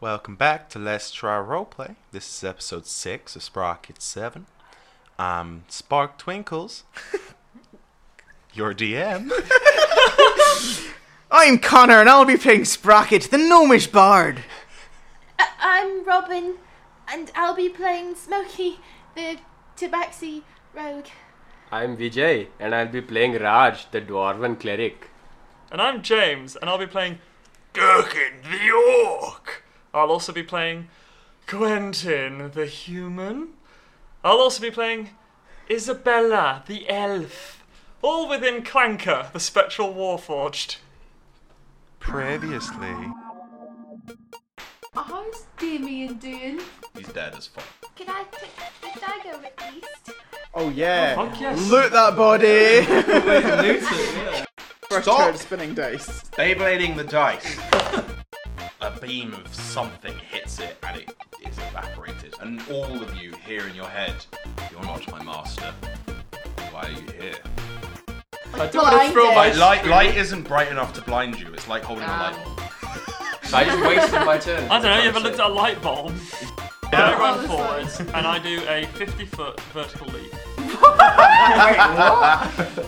Welcome back to Let's Try Roleplay. This is episode 6 of Sprocket 7. I'm Spark Twinkles, your DM. I'm Connor, and I'll be playing Sprocket, the gnomish bard. I- I'm Robin, and I'll be playing Smokey, the Tabaxi rogue. I'm Vijay, and I'll be playing Raj, the Dwarven cleric. And I'm James, and I'll be playing Gherkin the Orc. I'll also be playing Quentin the Human. I'll also be playing Isabella the Elf. All within Clanker, the Spectral Warforged. Previously, How's Damien doing? he's dead as fuck. Can I pick the dagger at least? Oh yeah! Fuck yes. Loot that body! First Stop. turn spinning dice. Beyblading the dice. A beam of something hits it and it is evaporated. And all of you hear in your head, You're not my master. Why are you here? I don't want to throw my Blinded. light. Light, Ah. light isn't bright enough to blind you, it's like holding a light bulb. So I just wasted my turn. I don't know, you ever looked at a light bulb? I run forwards and I do a 50 foot vertical leap.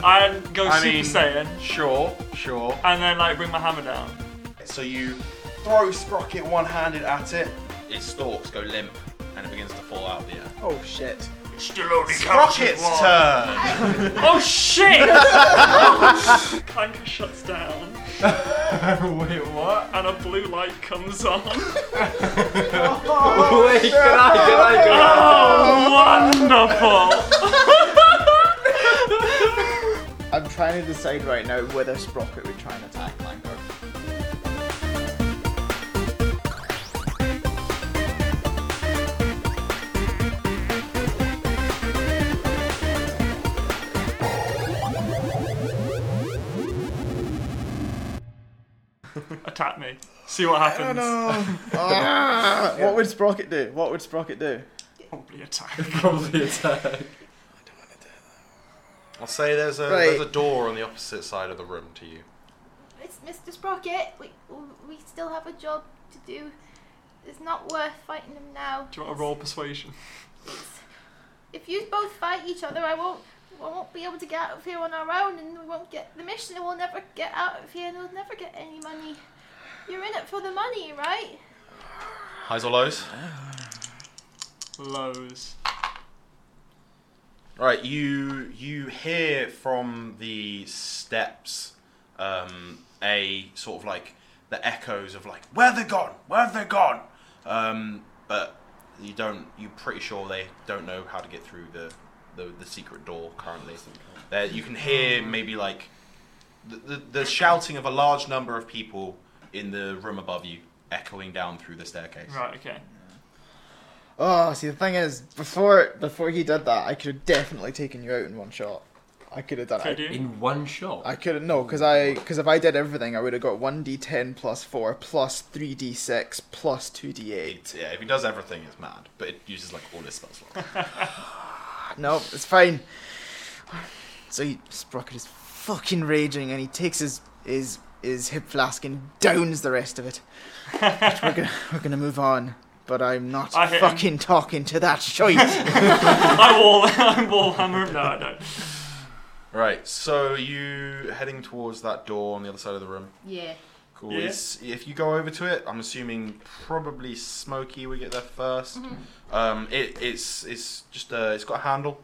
And go I Super mean- Saiyan, Sure, sure. and then like bring my hammer down. So you throw Sprocket one handed at it, it stalks, go limp, and it begins to fall out the air. Oh shit. Still only Sprocket's turn! Oh shit! Clanker shuts down, Wait, what? and a blue light comes on. Wait, can I, can I, can I? Oh, wonderful! I'm trying to decide right now whether Sprocket would try and attack Langer. Attack me. See what happens. what would Sprocket do? What would Sprocket do? Probably attack. Probably attack. I'll say there's a, Right. there's a door on the opposite side of the room to you. It's Mr. Sprocket. We we still have a job to do. It's not worth fighting him now. Do you want to roll persuasion? It's- if you both fight each other, I won't. I won't be able to get out of here on our own, and we won't get the mission, and we'll never get out of here, and we'll never get any money. You're in it for the money, right? Highs or lows? Lows. Right, you you hear from the steps um, a sort of like the echoes of like where they gone, where they gone, um, but you don't. You're pretty sure they don't know how to get through the the, the secret door currently. There, you can hear maybe like the, the, the shouting of a large number of people in the room above you, echoing down through the staircase. Right, okay. Oh, see the thing is, before before he did that, I could have definitely taken you out in one shot. I could have done Uh, Could it. you? In one shot. I couldn't no, because I because if I did everything, I would have got one d10 plus four plus three d6 plus two d8. It's, yeah, if he does everything, it's mad, but it uses like all his spell slots. No, it's fine. So he, Sprocket is fucking raging, and he takes his his his hip flask and downs the rest of it. But we're gonna we're gonna move on, but I'm not I hit him. fucking talking to that shite. I wall, I wall hammer him. No, I don't. Right, so you heading towards that door on the other side of the room. Yeah. Cool. Yeah. Is- if you go over to it, I'm assuming probably Smokey would get there 1st Um, it, it's it's just uh, it's got a handle.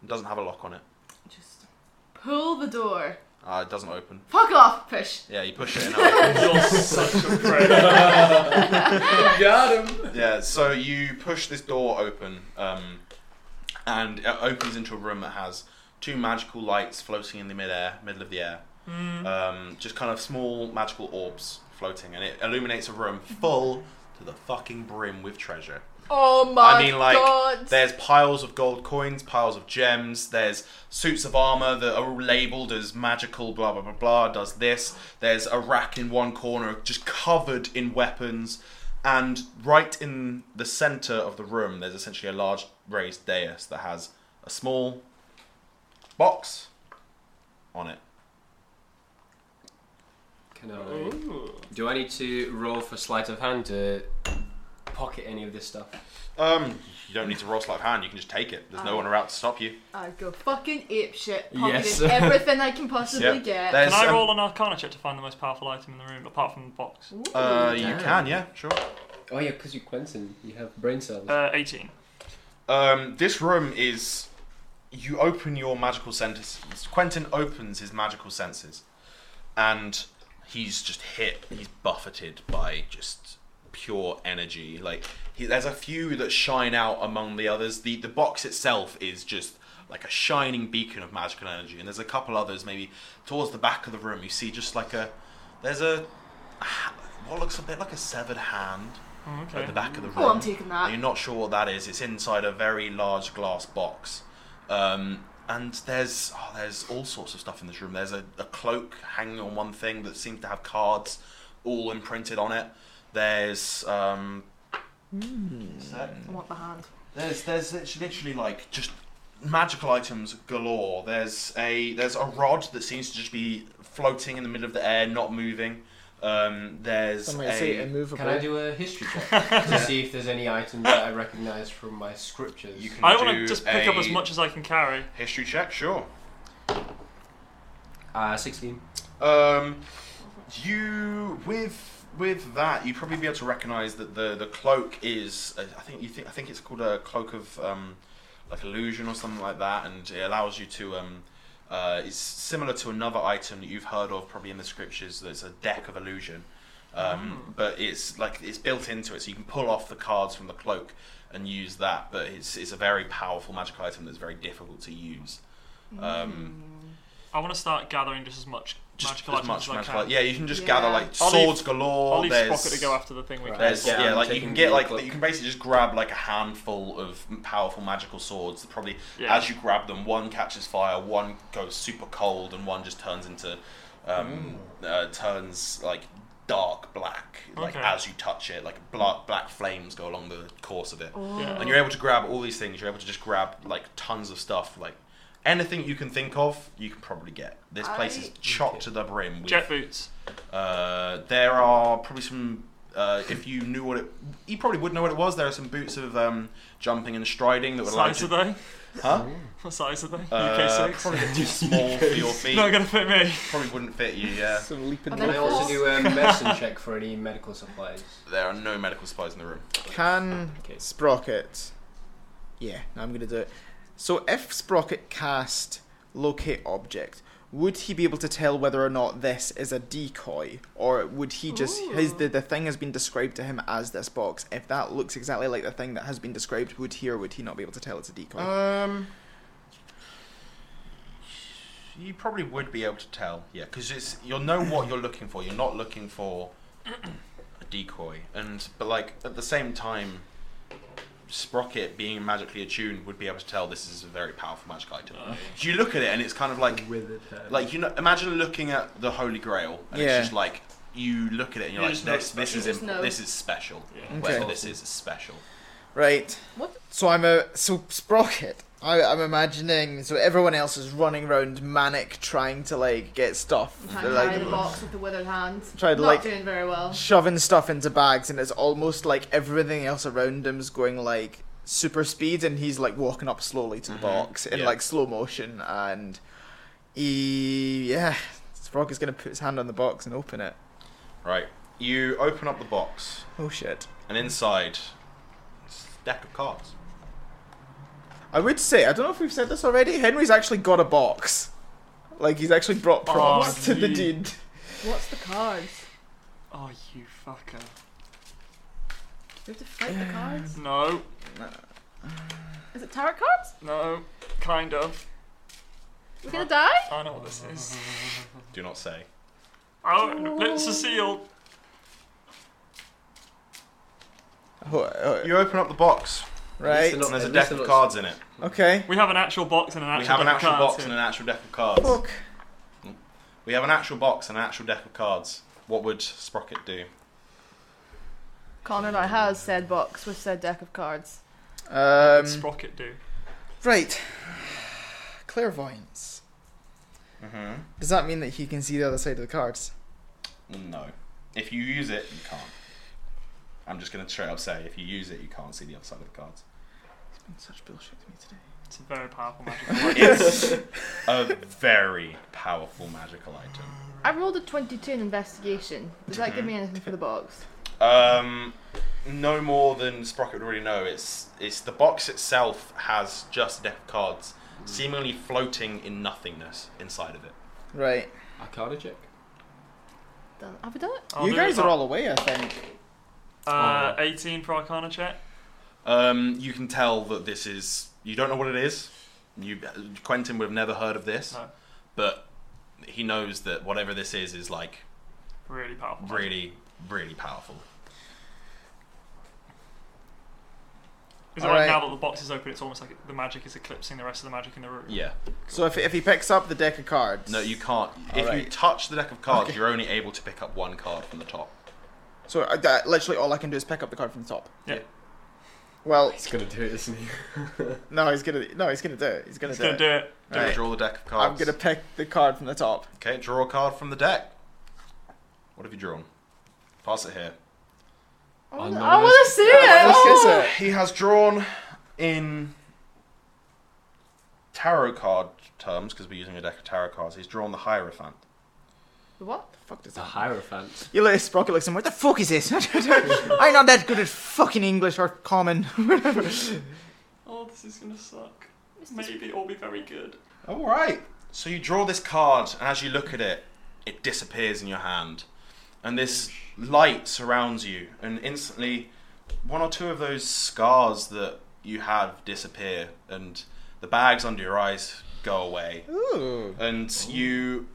It doesn't have a lock on it. Just pull the door. Uh, it doesn't open. Fuck off, push. Yeah, you push it. And it opens. You're such a prick. got him. yeah, so you push this door open, um, and it opens into a room that has two magical lights floating in the midair, middle of the air. Um, just kind of small magical orbs floating, and it illuminates a room full to the fucking brim with treasure. Oh my I mean, like, god. there's piles of gold coins, piles of gems, there's suits of armor that are labeled as magical, blah, blah, blah, blah, does this. There's a rack in one corner just covered in weapons. And right in the center of the room, there's essentially a large raised dais that has a small box on it. Can I, do I need to roll for sleight of hand to pocket any of this stuff? Um, you don't need to roll sleight of hand. You can just take it. There's no Oh. one around to stop you. I'd go fucking apeshit, pocketing Yes. everything I can possibly Yeah. get. There's, Can I um, roll an Arcana check to find the most powerful item in the room, apart from the box? Uh, you Damn. can, yeah, sure. Oh yeah, because you Quentin, you have brain cells. Uh, 18. Um, this room is. You open your magical senses. Quentin opens his magical senses, and he's just hit. He's buffeted by just pure energy. Like he, there's a few that shine out among the others. The the box itself is just like a shining beacon of magical energy, and there's a couple others. Maybe towards the back of the room, you see just like a. There's a. What looks a bit like a severed hand Oh, okay. at the back of the room. Oh, I'm taking And that. You're not sure what that is. It's inside a very large glass box. Um, and there's oh, there's all sorts of stuff in this room. There's a, a cloak hanging on one thing that seems to have cards all imprinted on it. There's um, I want the hand. there's there's it's literally like just magical items galore. There's a there's a rod that seems to just be floating in the middle of the air, not moving. Um, there's Some a, might say immovable. Can I do a history check to see if there's any item that I recognise from my scriptures? You can I want do to just pick a up as much as I can carry. history check. Sure. Uh, sixteen. Um, you with with that, you'd probably be able to recognise that the the cloak is. uh, I think you think I think it's called a cloak of um, like illusion or something like that, and it allows you to. Um, uh, it's similar to another item that you've heard of probably in the scriptures. That's a deck of illusion, um, but it's like it's built into it, so you can pull off the cards from the cloak and use that. But it's it's a very powerful magic item that's very difficult to use. Um, I want to start gathering just as much just magical as items much as I magical. can. yeah, you can just Yeah. gather like I'll leave- swords galore. I'll leave there's, Sprocket to go after the thing we Right. can. there's- Yeah, yeah, I'm like you taking can get the like cloak. you can basically just grab like a handful of powerful magical swords. That probably Yeah. as you grab them, one catches fire, one goes super cold, and one just turns into um, uh, turns like dark black. Like Okay. as you touch it, like black black flames go along the course of it Oh. Yeah. and you're able to grab all these things. You're able to just grab like tons of stuff, like anything you can think of, you can probably get. This place is I- chocked to the brim. With, Jet boots. uh, there are probably some. Uh, if you knew what it, you probably would know what it was. There are some boots of um, jumping and striding that What would allow you size to. are they? Huh? What size are they? UK Uh, six. probably a bit too small for your feet. Not gonna fit me. Probably wouldn't fit you. Yeah. Some leaping And uh, Can I then- also do a medicine check for any medical supplies? There are no medical supplies in the room. Can Okay. Sprocket. Yeah, no, I'm going to do it. So if Sprocket cast Locate Object, would he be able to tell whether or not this is a decoy? Or would he just. His, the, the thing has been described to him as this box. If that looks exactly like the thing that has been described, would he or would he not be able to tell it's a decoy? Um, you probably would be able to tell, yeah, because it's you'll know what you're looking for. You're not looking for a decoy, and but like at the same time, Sprocket being magically attuned would be able to tell this is a very powerful magic item. You look at it, and it's kind of like like you know, imagine looking at the Holy Grail, and Yeah. it's just like you look at it, and you're You like, just know this, it's this special. is You just imp- know. this is special. Yeah. Whether Okay. this is special. Right. What? So I'm a so sprocket. I, I'm imagining. So everyone else is running around manic, trying to like get stuff, Trying They're, to like carry the box with the withered hand. Tried to, Not like- doing very well. shoving stuff into bags, and it's almost like everything else around him's going like super speed, and he's like walking up slowly to the Mhm, box in yeah. like slow motion, and he yeah, sprocket's gonna put his hand on the box and open it. Right, you open up the box. Oh shit. and inside it's a deck of cards. I would say, I don't know if we've said this already, Henry's actually got a box. Like, he's actually brought props to the ye- dude. What's the cards? Oh, you fucker. Do we have to fight the cards? No, Is it tarot cards? no, kind of. We're gonna die? I know what this is. Do not say. Oh, lips are sealed. Oh, oh, You open up the box, right. At least and there's a At deck least of it cards in it. Okay. We have an actual box and an actual We have an deck actual of cards box here. and an actual deck of cards. Fuck. We have an actual box and an actual deck of cards. What would Sprocket do? Connor now has said box with said deck of cards. Um, Sprocket do. right. Clairvoyance. Mm-hmm. Does that mean that he can see the other side of the cards? No. If you use it, you can't. I'm just going to straight up say if you use it, you can't see the other side of the cards. It's been such bullshit to me today. It's a very powerful magic. wand. It's a very powerful magical item. I rolled a 22 in investigation. Does that give me anything for the box? Um, no more than Sprocket would already know. It's it's the box itself has just deck of cards, seemingly floating in nothingness inside of it. Right. Arcana check. Done. Have we done it? I'll you do guys it. are all away, I think. Uh, Oh. 18 for Arcana check. Um, you can tell that this is you don't know what it is. You Quentin would have never heard of this, No. but he knows that whatever this is is like Really powerful. magic. really really powerful. Is it like Alright. now that the box is open, it's almost like the magic is eclipsing the rest of the magic in the room. Yeah. So if, if he picks up the deck of cards. No, you can't. If you Alright. touch the deck of cards, Okay. you're only able to pick up one card from the top. So I, that, literally all I can do is pick up the card from the top. Yeah. Well, He's gonna do it, isn't he? no, he's gonna no, he's gonna do it. He's gonna He's do gonna it. do it. Do Right. Draw the deck of cards. I'm gonna pick the card from the top. Okay, draw a card from the deck. What have you drawn? Pass it here. I wanna- Oh, no, I want to see Oh! it! Oh! Let's kiss it. He has drawn in tarot card terms, because we're using a deck of tarot cards, he's drawn the Hierophant. The What? Fuck does The that? Hierophant. You let Sprocket look somewhere. What the fuck is this? I'm not that good at fucking English or common. Oh, this is gonna suck. Mr. Maybe it'll be very good. Alright. So you draw this card, and as you look at it, it disappears in your hand. And this light surrounds you, and instantly, one or two of those scars that you have disappear, and the bags under your eyes go away. Ooh. And you,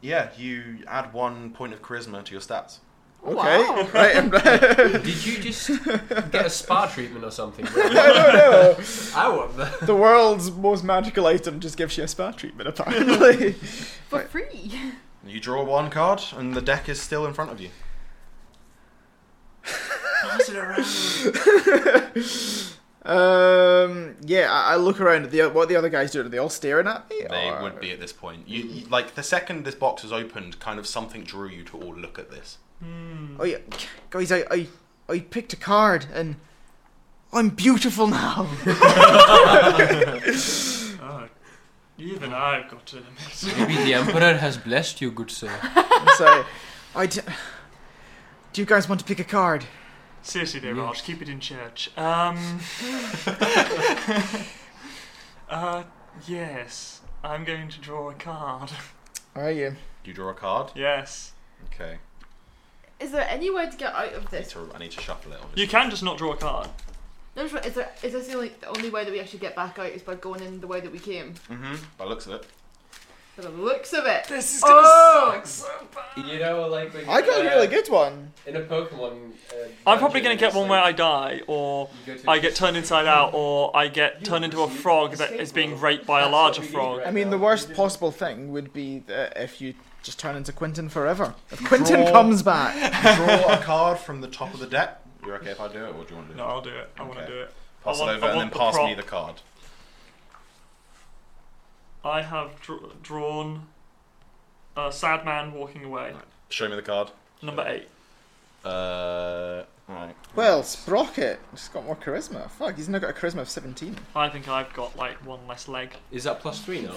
yeah, you add one point of charisma to your stats. Okay. Wow. Right. I'm, I Did you just get a spa treatment or something? don't know. I want that. The world's most magical item just gives you a spa treatment, apparently. For free. You draw one card, and the deck is still in front of you. Pass it around. um. Yeah. I, I look around at the what the other guys doing. Are they all staring at me? They or- would be at this point. You, you- like the second this box was opened, kind of something drew you to all look at this. Hmm. Oh yeah, guys. I I I picked a card and I'm beautiful now. Oh, even I've got to admit. Maybe the Emperor has blessed you, good sir. so, I d- do you guys want to pick a card? Seriously, dear Yeah. Raj, keep it in church. Um. uh, yes. I'm going to draw a card. Are you? Do you draw a card? yes. Okay. Is there any way to get out of I need this? to, I need to shuffle it. Obviously. You can just not draw a card. No, just- is, there, is this the only, the only way that we actually get back out is by going in the way that we came? Mm-hmm. By the looks of it. By the looks of it. This is gonna Oh! suck so bad. You know, like when I got a uh, really good one. in a Pokemon. Uh, I'm probably dungeon, going to get it's one where I like die, or you go to I a- get turned inside out, or I get You turned into a received frog a that escape is being rope. raped by a That's larger what we need, frog. right? I mean, the now, you worst didn't- possible thing would be that if you just turn into Quentin forever. If Quentin Draw. comes back, draw a card from the top of the deck. You're okay if I do it, or do you want to do No, it? I'll do it. I want to Okay. do it. Pass I want- it over I and then want the pass me prop. the card. I have dr- drawn a sad man walking away. Show me the card. Number eight. Uh, right. well, Sprocket just got more charisma. Fuck, he's now got a charisma of seventeen. I think I've got like one less leg. Is that plus three now?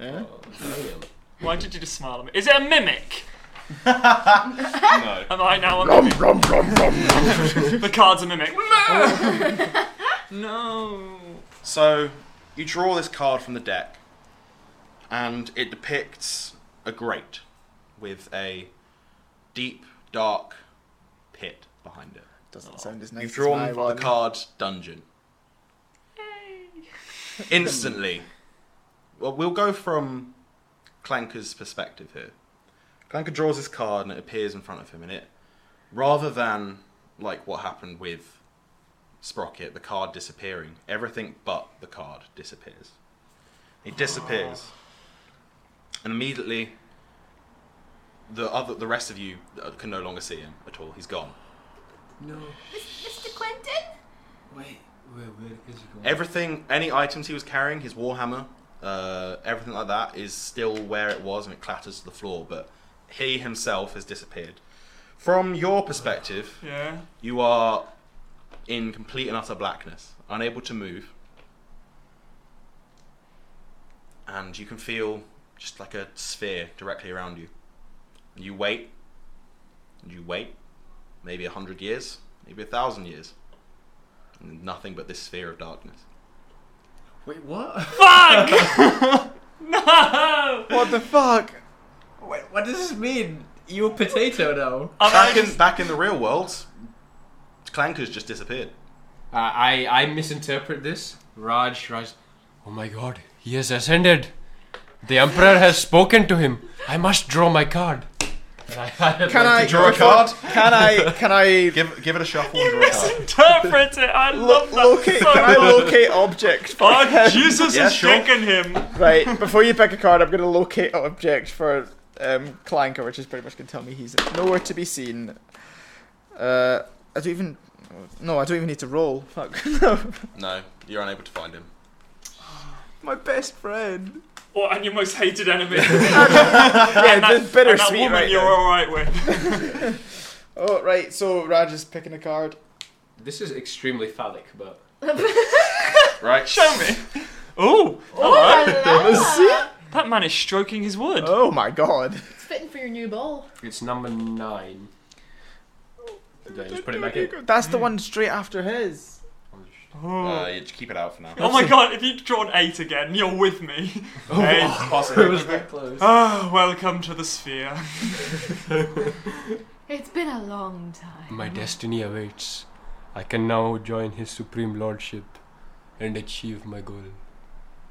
Yeah. Oh, brilliant. Why did you just smile at me? Is it a mimic? no. Am I now a mimic? the card's a mimic. No! no. So you draw this card from the deck, and it depicts a grate with a deep, dark pit behind it. Doesn't sound as nice. You've as my drawn the one. card dungeon. Instantly. Well, we'll go from Clanker's perspective here. Clanker draws his card and it appears in front of him, and it, rather than like what happened with Sprocket, the card disappearing, everything but the card disappears. It disappears, Ah. and immediately the other, the rest of you uh, can no longer see him at all. He's gone. No. Mr. Quentin? Wait. Where, where is it going? Everything, any items he was carrying, his warhammer, uh, everything like that, is still where it was, and it clatters to the floor. But he himself has disappeared. From your perspective, Yeah. you are in complete and utter blackness, unable to move. And you can feel just like a sphere directly around you. And you wait, and you wait, maybe a hundred years, maybe a thousand years. And nothing but this sphere of darkness. Wait, what? Fuck! no! What the fuck? Wait, what does this mean? You a potato now? I'm Back actually- in, back in the real world, Clanker's just disappeared. Uh, I I misinterpret this. Raj, Raj. Oh my god, he has ascended. The emperor has spoken to him. I must draw my card. And I- I'd Can I like to Draw a card. Can I? Can I? Give, give it a shuffle and draw a card. misinterpret it. I love that locate? so Can I much. locate object? for Oh, him? Jesus Yeah, has sure. shaken him. Right, before you pick a card, I'm going to locate object for um, Clanker, which is pretty much going to tell me he's nowhere to be seen. Uh, I don't even. No, I don't even need to roll. Fuck. no. No, you're unable to find him. My best friend. Or and your most hated enemy. yeah, Yeah, and that, that's bittersweet and that woman right you're there. alright with. Oh, right, so Raj is picking a card. This is extremely phallic, but Right? Uh, Show me. Ooh, Oh, hello. la, la. That man is stroking his wood. Oh my god. It's fitting for your new ball. it's number nine. Did I just put it back in? That's the one straight after his. Uh, you just keep it out for now. Oh my god, if you'd drawn eight again, you're with me. Oh, Hey. It was that close. Oh, welcome to the sphere. It's been a long time. My destiny awaits. I can now join his supreme lordship and achieve my goal.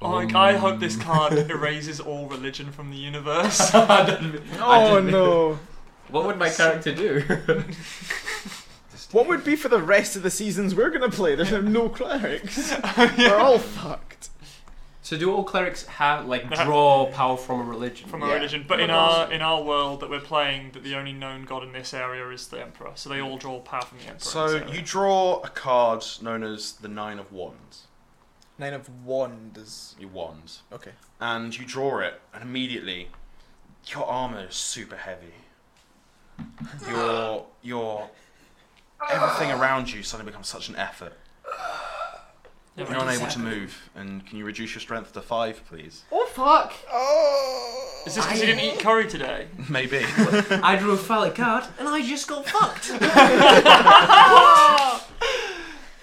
Oh, my god, I hope this card erases all religion from the universe. Oh no. What would my character do? What would be for the rest of the seasons we're going to play? There's no clerics. We're all fucked. so do all clerics have like draw power from a religion? from a Yeah. religion. But in our in our world that we're playing, that the only known god in this area is the emperor. So they all draw power from the emperor. So you draw a card known as the Nine of Wands. Nine of Wands. Your wand. Okay. And you draw it, and immediately your armor is super heavy. Your your everything around you suddenly becomes such an effort. Yeah, You're unable to move. And can you reduce your strength to five, please? Oh fuck! Oh. Is this because you didn't eat curry today? Maybe. I drew a phallic card and I just got fucked.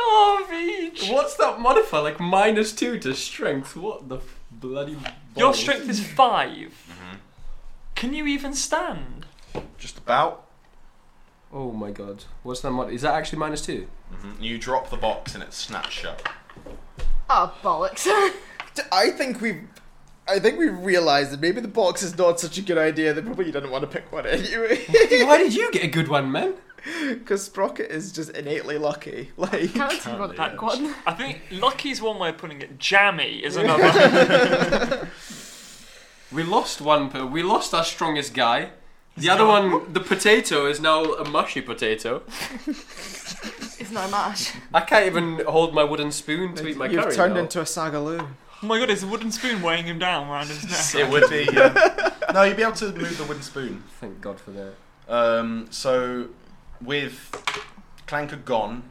Oh, Veej! What's that modifier? Like minus two to strength? What the f- bloody? Your balls? strength is 5 Mm-hmm. Can you even stand? Just about. Oh my god! What's that mod? Is that actually minus two? Mm-hmm. You drop the box and it snaps shut. Oh bollocks. D- I think we, I think we realised that maybe the box is not such a good idea. That probably didn't want to pick one anyway. Why did you get a good one, man? Because Sprocket is just innately lucky. Like Can't run yeah. that one. I think lucky's one way of putting it. Jammy is another. We lost one. Per- we lost our strongest guy. The other one, the potato, is now a mushy potato. It's not a mash. I can't even hold my wooden spoon to eat my you've curry. turned now. into a sagaloo. oh my god, is a wooden spoon weighing him down around his neck? It would be. yeah. No, you'd be able to move the wooden spoon. Thank God for that. Um, so, with Clanker gone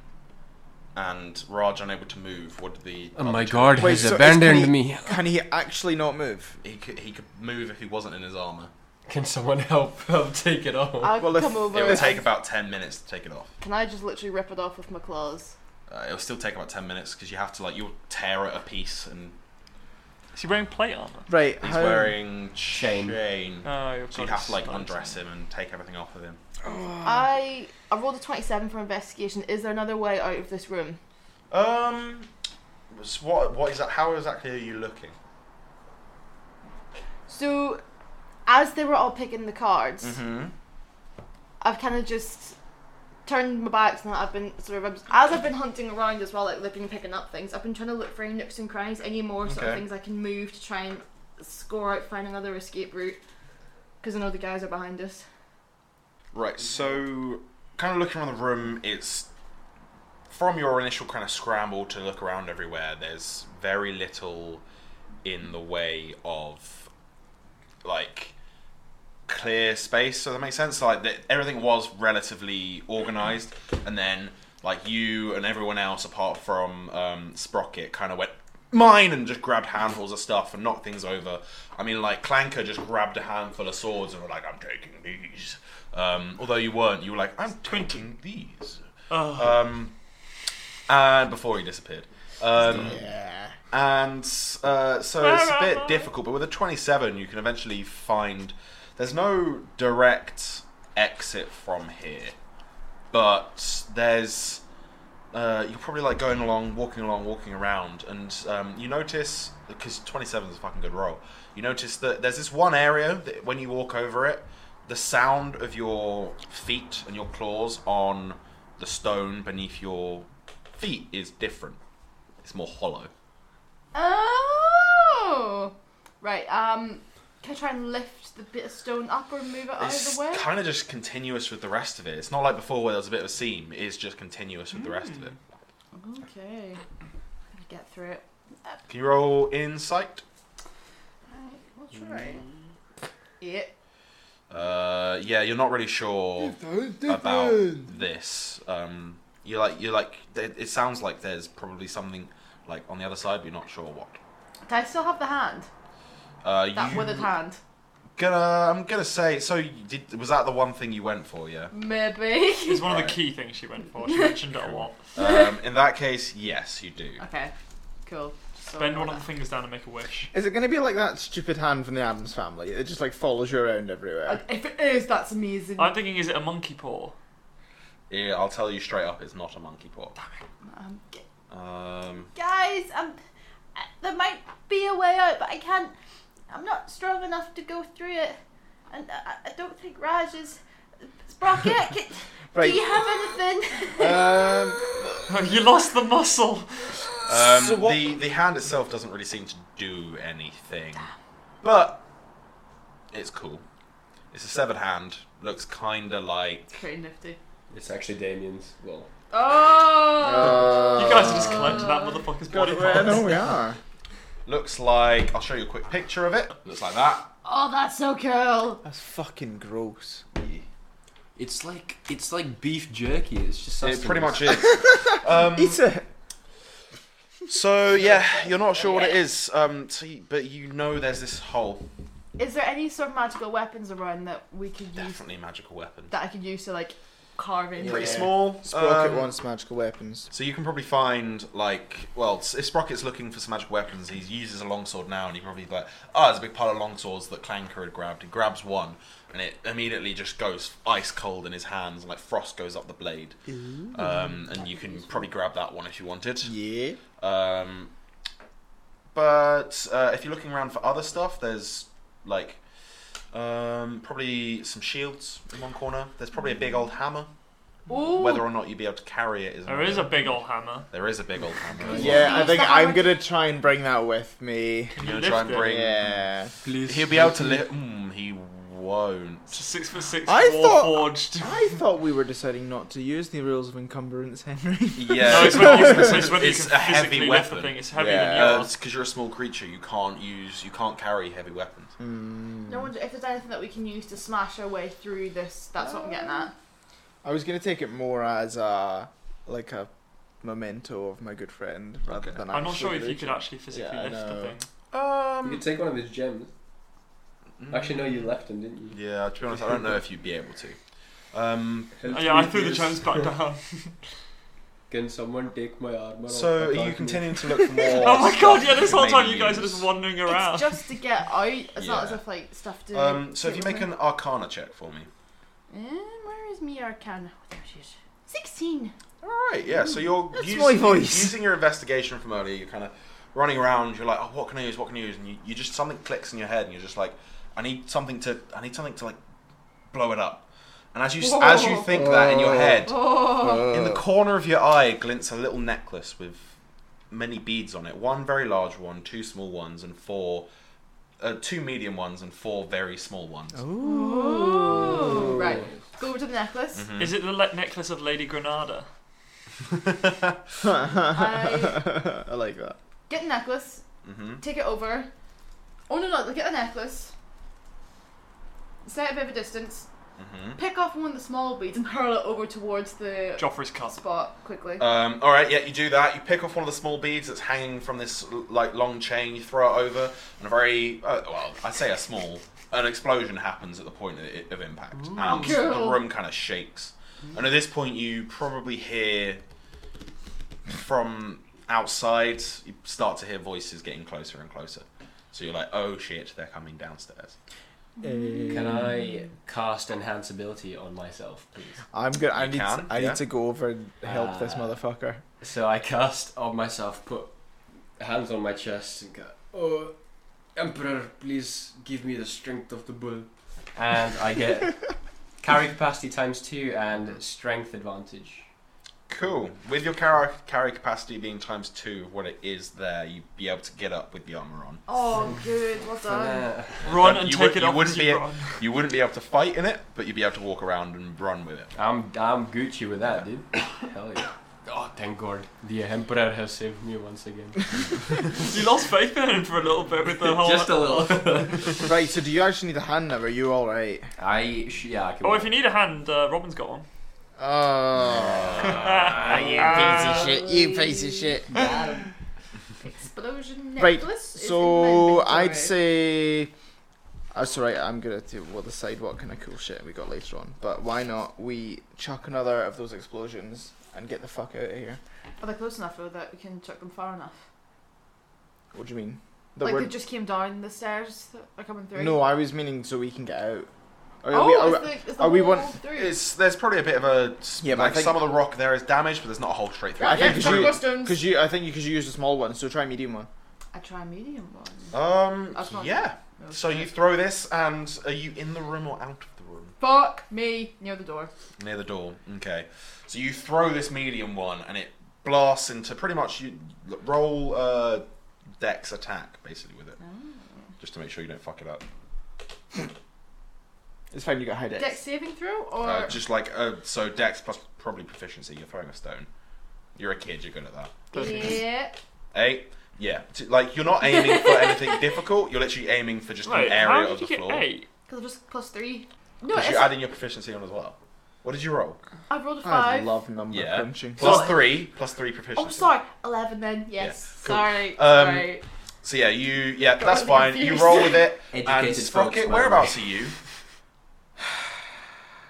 and Raj unable to move, what did the Oh my God! Wait, he's so is- abandoned can he- me. Can he actually not move? he could, he could move if he wasn't in his armor? Can someone help? help take it off. I'll Well, if- come over. It would and- take about ten minutes to take it off. Can I just literally rip it off with my claws? Uh, it'll still take about ten minutes because you have to like you'll tear it a piece, and Is he wearing plate armor? Right. he's how- wearing Chain. chain. Oh, you've So got you have it to like slightly. undress him and take everything off of him. Uh. Oh. I I rolled a twenty-seven for investigation. Is there another way out of this room? Um, so what what is that? How exactly are you looking? So, as they were all picking the cards, Mm-hmm. I've kind of just turned my backs and I've been sort of as I've been hunting around as well, like looking picking up things. I've been trying to look for any nooks and crannies, any more sort of Okay. things I can move to try and score out, find another escape route. Because I know the guys are behind us. Right, so kind of looking around the room, it's from your initial kind of scramble to look around everywhere, there's very little in the way of like clear space. So that makes sense. Like that everything was relatively organized, and then like you and everyone else, apart from um, Sprocket, kind of went mine and just grabbed handfuls of stuff and knocked things over. I mean, like Clanker just grabbed a handful of swords and were like, "I'm taking these." Um, although you weren't, you were like, "I'm taking these." Um, and before he disappeared. Um, Yeah. and uh, so it's a bit difficult. But with a twenty-seven, you can eventually find. There's no direct exit from here, but there's. Uh, you're probably like going along, walking along, walking around, and um, you notice because twenty-seven is a fucking good roll. You notice that there's this one area that when you walk over it, the sound of your feet and your claws on the stone beneath your feet is different. It's more hollow. Oh! Right, um, can I try and lift the bit of stone up or move it out of It's the way? kind of just continuous with the rest of it. It's not like before where there was a bit of a seam. It's just continuous with the rest of it. Okay. I'm gonna get through it. Can you roll insight? I'll try. Yeah. Uh, yeah, you're not really sure about this. Um, you like you like. It it sounds like there's probably something like on the other side, but you're not sure what. Do I still have the hand? Uh, That you withered hand? gonna I'm gonna say. So you did, was that the one thing you went for? Yeah. Maybe. It's one of Right. the key things she went for. She mentioned it a lot. Um, in that case, yes, you do. okay, cool. So Bend one of Uh, the fingers down and make a wish. Is it going to be like that stupid hand from the Adams family? It just like follows you around everywhere. Uh, If it is, that's amazing. I'm thinking, is it a monkey paw? Yeah, I'll tell you straight up. It's not a monkey paw. Um, g- Um, Guys, um, uh, there might be a way out, but I can't. I'm not strong enough to go through it, and uh, I, I don't think Raj is. Sprocket, can, do you Right. have anything? Um, you lost the muscle. Um, So what- the the hand itself doesn't really seem to do anything, but it's cool. It's a severed hand. Looks kinda like pretty nifty. It's actually Damien's. Well, Oh! You guys are just collecting that motherfucker's body Uh, I know parts. we are. looks like. I'll show you a quick picture of it. Looks like that. oh, that's so cool. That's fucking gross. it's like it's like beef jerky. It's just It pretty much is. Eat it. So yeah, you're not sure what it is. Um, so you, but you know there's this hole. Is there any sort of magical weapons around that we could use Definitely magical weapon. that I could use to like carve in? Pretty Yeah. small. Sprocket um, wants magical weapons. So you can probably find like well, s- if Sprocket's looking for some magic weapons, he uses a longsword now, and he probably like oh, there's a big pile of longswords that Clanker had grabbed. He grabs one, and it immediately just goes ice cold in his hands, and like frost goes up the blade. Um, and you can probably grab that one if you wanted. Yeah. Um, but uh, if you're looking around for other stuff, there's like um, probably some shields in one corner. There's probably a big old hammer. Ooh. Whether or not you'd be able to carry it is. There another- is a big old hammer. there is a big old hammer. as well. Yeah, I Use think the I'm hammer. gonna try and bring that with me. Can You you gonna try lift and it? bring- Yeah. please. He'll be able to lift. Mm, he won't. It's a six foot six I war thought- forged. I thought we were deciding not to use the rules of encumbrance, Henry. Yeah, No, it's whether you, it's whether you It's can a heavy physically lift the weapon. thing. It's heavier Yeah. than you because you're a small creature. You can't use. You can't carry heavy weapons. Hmm. No wonder if there's anything that we can use to smash our way through this. That's what I'm getting at. I was gonna take it more as a like a memento of my good friend rather Okay. than. are. I'm not actually sure if you religion. could actually physically Yeah, I lift the know. thing. You Um. could take one of his gems. Actually, no, you left him, didn't you? Yeah. To be honest, I don't know if you'd be able to. Um. Oh, yeah, I threw the gems back down. Can someone take my armor? So off? I are you can't move. continuing to look for more? Oh my stuff god, yeah, you this could whole time maybe you guys are use? just wandering It's around. just to get out. It's not as Yeah. if like stuff to. Um. So if you get make an with Arcana check for me. me. Um, where is me Arcana? Oh, there it is. Sixteen. Alright, yeah, so you're using, my voice. using your investigation from earlier, you're kind of running around, you're like, oh, what can I use, what can I use? And you, you just, something clicks in your head and you're just like, I need something to, I need something to like blow it up. And as you, s as you think that in your head, in the corner of your eye glints a little necklace with many beads on it. One very large one, two small ones, and four, uh, two medium ones and four very small ones. Oh. Ooh. Right. Go over to the necklace. Mm-hmm, Is it the le- necklace of Lady Granada? I I like that. get the necklace. Mm-hmm. Take it over. Oh no no! Look at the necklace. set a bit of a distance, Mhm. pick off one of the small beads and hurl it over towards the Joffrey's cup. spot quickly. Um, all right, yeah, you do that. You pick off one of the small beads that's hanging from this l- like long chain. You throw it over, and a very uh, well, I say a small, an explosion happens at the point of, i- of impact, and the Cool. room kind of shakes. And at this point, you probably hear from outside. You start to hear voices getting closer and closer. So you're like, oh shit, they're coming downstairs. Can Can I cast enhance ability on myself, please? I'm good. I You need. can, I yeah. need to go over and help this Uh, motherfucker. So I cast on myself, put hands on my chest, and go, "Oh, Emperor, please give me the strength of the bull." And I get carry capacity times two and strength advantage. Cool. With your car- carry capacity being times two of what it is there, you'd be able to get up with the armor on. oh, good, well done. Uh, Run But and you take would- it you off. wouldn't as be a- run. You wouldn't be able to fight in it, but you'd be able to walk around and run with it. I'm I'm Gucci with that, dude. Hell yeah. Oh, thank God. The Emperor has saved me once again. You lost faith in him for a little bit with the whole. Just a little. right. So do you actually need a hand now? Are you all right? I sh- yeah. er I can Oh, if you need a hand, uh, Robin's got one. Uh. Oh, Ah, shit! You piece of shit. Explosion Right, necklace. is in my So inventory. I'd say. Oh, sorry, I'm gonna do, we'll decide what kind of cool shit we got later on. But why not we chuck another of those explosions and get the fuck out of here? Are they close enough though that we can chuck them far enough? What do you mean? That like we're- they just came down the stairs that are coming through. no, I was meaning so we can get out. Are Oh, we- are we- is the, is the are we whole want- through? It's there's probably a bit of a s- Yeah, but I like think- some of the rock there is damaged, but there's not a hole straight through. I it. yeah, think chuck you- more stones. Cause you, I think you, cause you used a small one, so try medium one. I try medium one. Um, That's not- yeah. No, So you throw this, and are you in the room or out of the room? Fuck me near the door. Near the door. Okay. So you throw this medium one, and it blasts into pretty much you roll uh, dex attack basically with it, Oh. just to make sure you don't fuck it up. It's fine. You got high dex. Deck saving throw or Uh, just like uh, so dex plus probably proficiency. You're throwing a stone. You're a kid. You're good at that. yeah. Eight. Yeah, T- like you're not aiming for anything difficult. You're literally aiming for just Wait, an how area did of you the get floor. eight? Because I'm just plus three. No, Because it's, you're adding Oh, your proficiency on as well. What did you roll? I've rolled a I five. love number Yeah. crunching. Plus Sorry. three, plus three proficiency. Oh, sorry. Eleven then. Yes. cool. Sorry. Um, sorry. So yeah, you yeah, God, that's I'm fine. confused. You roll with it. and Educated Sprocket, folks, by whereabouts are you?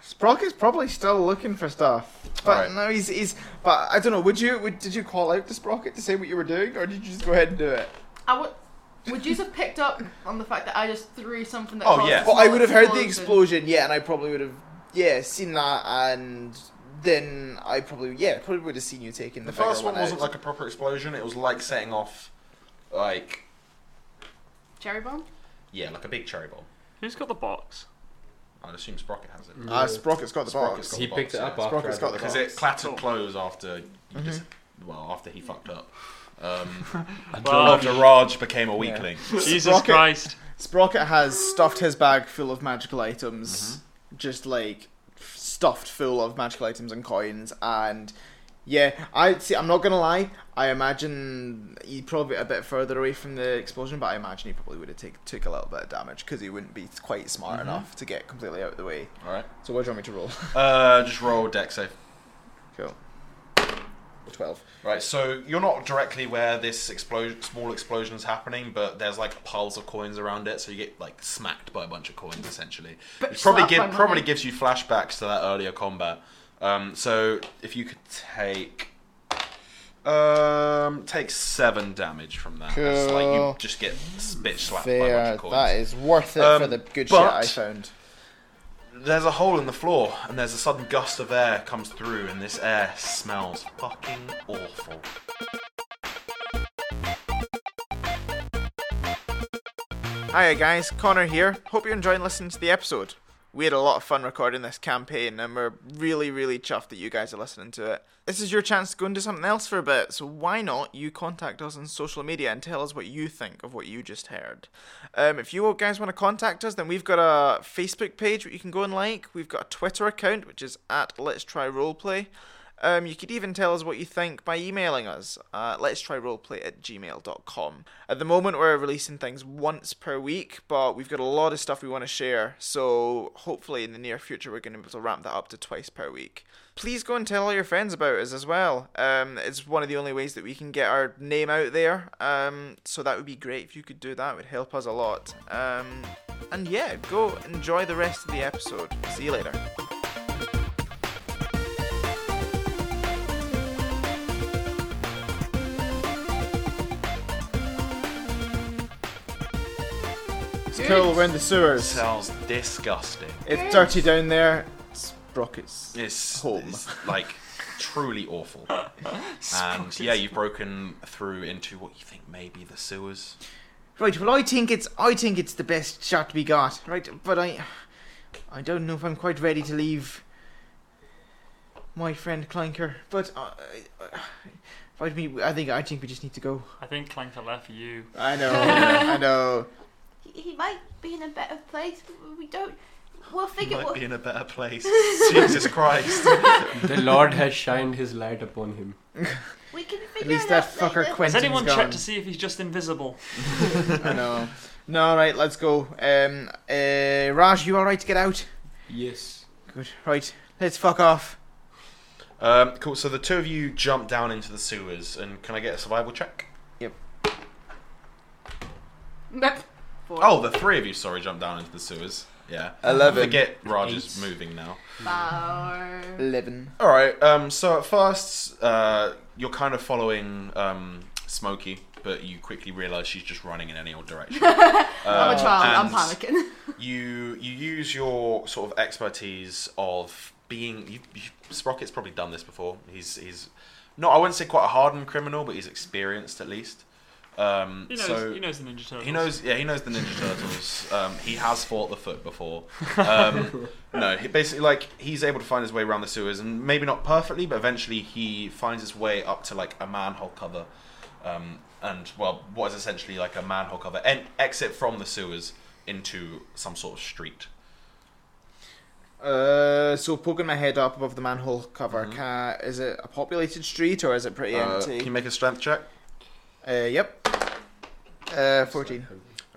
Sprocket's probably still looking for stuff, but Alright. no, he's he's. But I don't know. Would you? Would, did you call out to Sprocket to say what you were doing, or did you just go ahead and do it? I would. Would you have picked up on the fact that I just threw something that? Oh, caused yeah. a Well, I small would have heard the explosion, explosion? yeah, and I probably would have, yeah, seen that, and then I probably, yeah, probably would have seen you taking the, The first bigger one wasn't out. like a proper explosion. It was like setting off, like Cherry bomb. yeah, like a big cherry bomb. Who's got the box? I'd assume Sprocket has it. Ah, Sprocket's got the Sprocket's box. got- He picked it up after. Sprocket's I got the did Mm. because box. it clattered close after you dis- well after he fucked up um, Well, after Raj became a weakling Jesus Rocket. Christ. Sprocket has stuffed his bag full of magical items, Mm-hmm. just like stuffed full of magical items and coins, and yeah, I see. I'm not gonna lie. I imagine he probably a bit further away from the explosion, but I imagine he probably would have take, took a little bit of damage because he wouldn't be quite smart Mm-hmm. enough to get completely out of the way. alright So, what do you want me to roll? uh, just roll deck save Cool. Twelve. Right, so you're not directly where this explosion, small explosion is happening, but there's like piles of coins around it, so you get like smacked by a bunch of coins essentially. Bitch It probably slapped give, by money. probably gives you flashbacks to that earlier combat. Um, so if you could take um, take seven damage from that, It's like you Cool. just get bitch slapped by a bunch Fair. of coins. That is worth it Um, for the good shit but- I found. There's a hole in the floor, and there's a sudden gust of air comes through, and this air smells fucking awful. Hiya guys, Connor here. Hope you're enjoying listening to the episode. We had a lot of fun recording this campaign and we're really, really chuffed that you guys are listening to it. This is your chance to go and do something else for a bit, so why not you contact us on social media and tell us what you think of what you just heard. Um, if you guys want to contact us, then we've got a Facebook page that you can go and like. We've got a Twitter account, which is at Let's Try Roleplay. Um, you could even tell us what you think by emailing us. Uh, let's try roleplay at gmail.com. At the moment, we're releasing things once per week, but we've got a lot of stuff we want to share, so hopefully in the near future, we're going to be able to ramp that up to twice per week. Please go and tell all your friends about us as well. Um, it's one of the only ways that we can get our name out there, um, so that would be great if you could do that, it would help us a lot. Um, and yeah, go enjoy the rest of the episode. See you later. It's cool, we're in the sewers. Sounds disgusting. It's dirty down there. Sprockets. It's, Home. it's, like truly awful. and yeah, you've broken through into what you think may be the sewers. Right, well I think it's I think it's the best shot we got. Right, but I I don't know if I'm quite ready to leave my friend Clanker, but uh, I, I, I think I think we just need to go. I think Clanker left you. I know. I know. He, he might be in a better place. We- We don't. We'll figure. Might We'll, be in a better place. Jesus Christ. The Lord has shined his light upon him. we can figure. At least it that out fucker later. Has Quentin's anyone gone. checked to see if he's just invisible? I know. No, right, let's go. Um, uh, Raj, you all right to get out? Yes. Good. Right, let's fuck off. Um, cool. So the two of you jump down into the sewers, and can I get a survival check? Mep. Four. Oh, the three of you. Sorry, jump down into the sewers. Yeah. Eleven. Forget Raj is moving now. Four. Eleven. All right. Um, so at first, uh, you're kind of following um, Smokey, but you quickly realise she's just running in any old direction. Uh, I'm a child. I'm and- panicking. you you use your sort of expertise of being you, you, Sprocket's probably done this before. He's he's no, I wouldn't say quite a hardened criminal, but he's experienced at least. Um, He knows. so he knows the Ninja Turtles. he knows. Yeah, he knows the Ninja Turtles. Um, he has fought the Foot before. Um, no, he basically like he's able to find his way around the sewers, and maybe not perfectly, but eventually he finds his way up to like a manhole cover, um, and well, what is essentially like a manhole cover, and exit from the sewers into some sort of street. Uh, so poking my head up above the manhole cover, can I, is it a populated street or is it pretty Mm-hmm. Uh, empty? can you make a strength check? Uh, yep. Uh, 14.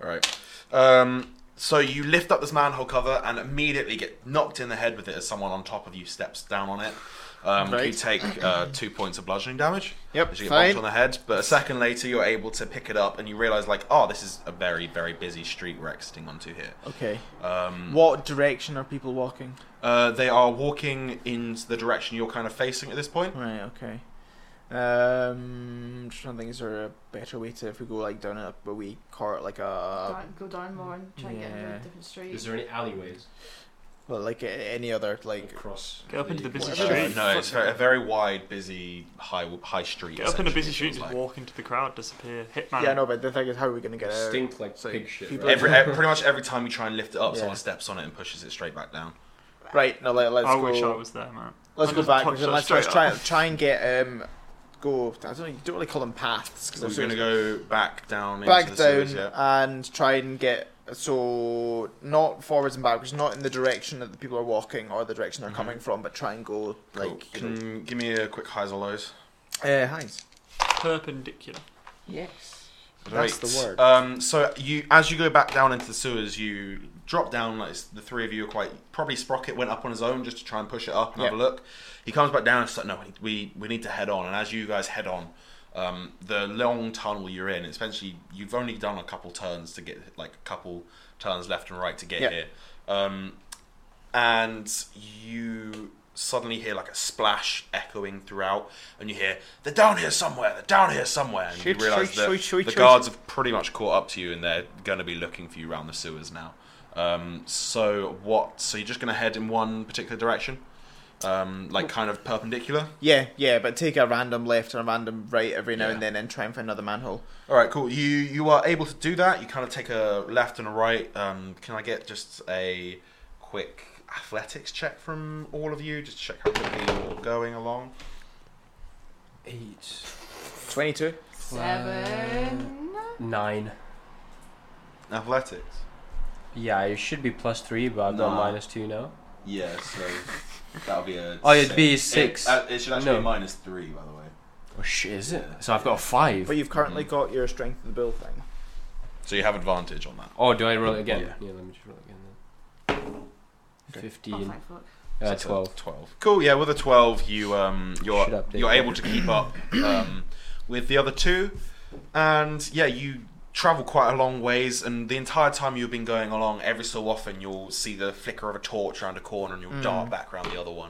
All right. Um, so you lift up this manhole cover and immediately get knocked in the head with it as someone on top of you steps down on it. Um, You Right. take uh, two points of bludgeoning damage. Yep, As you get fine. bumped on the head, but a second later you're able to pick it up and you realize like, oh, this is a very very busy street we're exiting onto here. Okay. Um, What direction are people walking? uh, they are walking in the direction you're kind of facing at this point. Right, okay. Um, just trying to think, is there a better way to, if we go like down a, where we cart like a, Down- go down more and try and get into yeah. a different street. Is there any alleyways well, like a, any other, like, across? Get up into the busy Whatever. street. Uh, No, it's a very wide, busy high high street. Get up in the busy essentially, street. it feels Just like. walk into the crowd. Disappear. Hitman. yeah, no, but the thing is, how are we going to get out? Stink like So pig shit. people- right? Every, every- pretty much every time you try and lift it up, Yeah. someone steps on it and pushes it straight back down. Right, no, let, let's I go. wish I was there, man. Let's I go just back. touched and that Let's, let's straight try, try and get, um, go, I don't know, you don't really call them paths. So we're they're going to go back down into back the down sewers, yeah. and try and get so not forwards and backwards, not in the direction that the people are walking or the direction they're coming from, but try and go Mm-hmm. Cool. like mm. you know- Can give me a quick highs or lows. uh, highs. Perpendicular. Yes. That's the word. Um, so you, as you go back down into the sewers, you drop down. Like the three of you are quite probably Sprocket went up on his own just to try and push it up and have a Yep. look. He comes back down and says, "No, we we need to head on." And as you guys head on, um, the long tunnel you're in, essentially, you've only done a couple turns to get like a couple turns left and right to get Yep. here. Um, and you suddenly hear like a splash echoing throughout, and you hear they're down here somewhere, they're down here somewhere, and Shoot, you realise shoot, that shoot, shoot, the shoot. guards have pretty much caught up to you, and they're going to be looking for you around the sewers now. Um, so what? So you're just going to head in one particular direction, um, like kind of perpendicular. Yeah, yeah, but take a random left and a random right every now Yeah. and then and try and find another manhole. All right, cool. You you are able to do that. You kind of take a left and a right. Um, can I get just a quick athletics check from all of you, just to check how quickly you're all going along? Eight. Twenty-two. Seven. Nine. Athletics. Yeah, it should be plus three, but I've got Nah. minus two now. Yeah, so That'll be a. Oh, it'd six. be six. It, uh, it should actually No. be minus three, by the way. Oh shit, is it? So I've got a five. But you've currently Mm-hmm. got your strength of the build thing. So you have advantage on that. Oh, do I roll it again? Yeah. Yeah, let me just roll it again then. Oh, Fifteen. thank fuck. Uh, So twelve. Twelve. Cool. Yeah, with a twelve, you um, Should you're update you're that. able to keep up um, with the other two, and yeah, you travel quite a long ways. And the entire time you've been going along, every so often you'll see the flicker of a torch around a corner, and you'll Mm. dart back around the other one.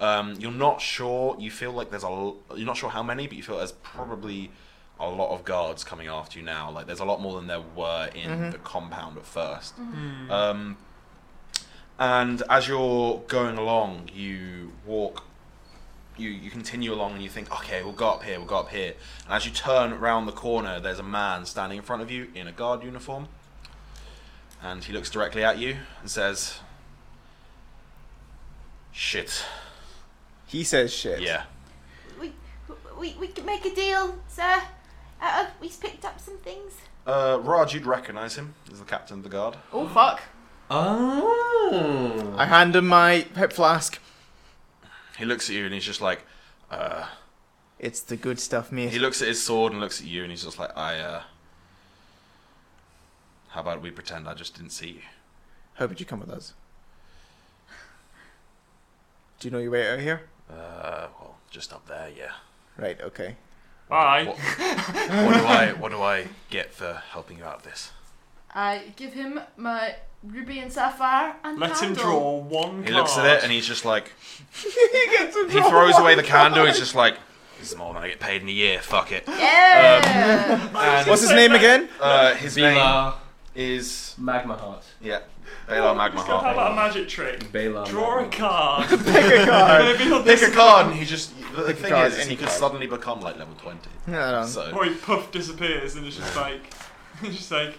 Um, you're not sure. You feel like there's a. l- You're not sure how many, but you feel there's probably a lot of guards coming after you now. Like there's a lot more than there were in the compound at 1st Um, and as you're going along, you walk, you, you continue along, and you think, okay, we'll go up here, we'll go up here. And as you turn round the corner, there's a man standing in front of you in a guard uniform. And he looks directly at you and says, Shit. He says shit. Yeah. We, we, we can make a deal, sir. Uh, we've picked up some things. Uh, Raj, you'd recognize him as the captain of the guard. Oh fuck. Oh. I hand him my pep flask. He looks at you and he's just like, uh, It's the good stuff, he mate. looks at his sword and looks at you and he's just like, I, uh, how about we pretend I just didn't see you? How would you come with us? Do you know your way out of here? Uh, well, just up there, yeah. Right, okay. Bye. What, what do I what do I get for helping you out of this? I give him my ruby and sapphire and Let him candle. draw one card. He looks at it and he's just like he gets a he throws away the candle. He's just like this is more than I get paid in a year. Fuck it. Yeah. Um. And What's his name again? uh, his name Bela is Magma Heart. yeah. Bela Magma He's gonna have Heart. that magic trick. Bela. Draw a Magma. card. Pick a card. Maybe not Pick this a card, and he just the Pick a thing card, is, any he could card. suddenly become like level twenty. No, no, no. So Or he puff disappears and it's just like, it's just like,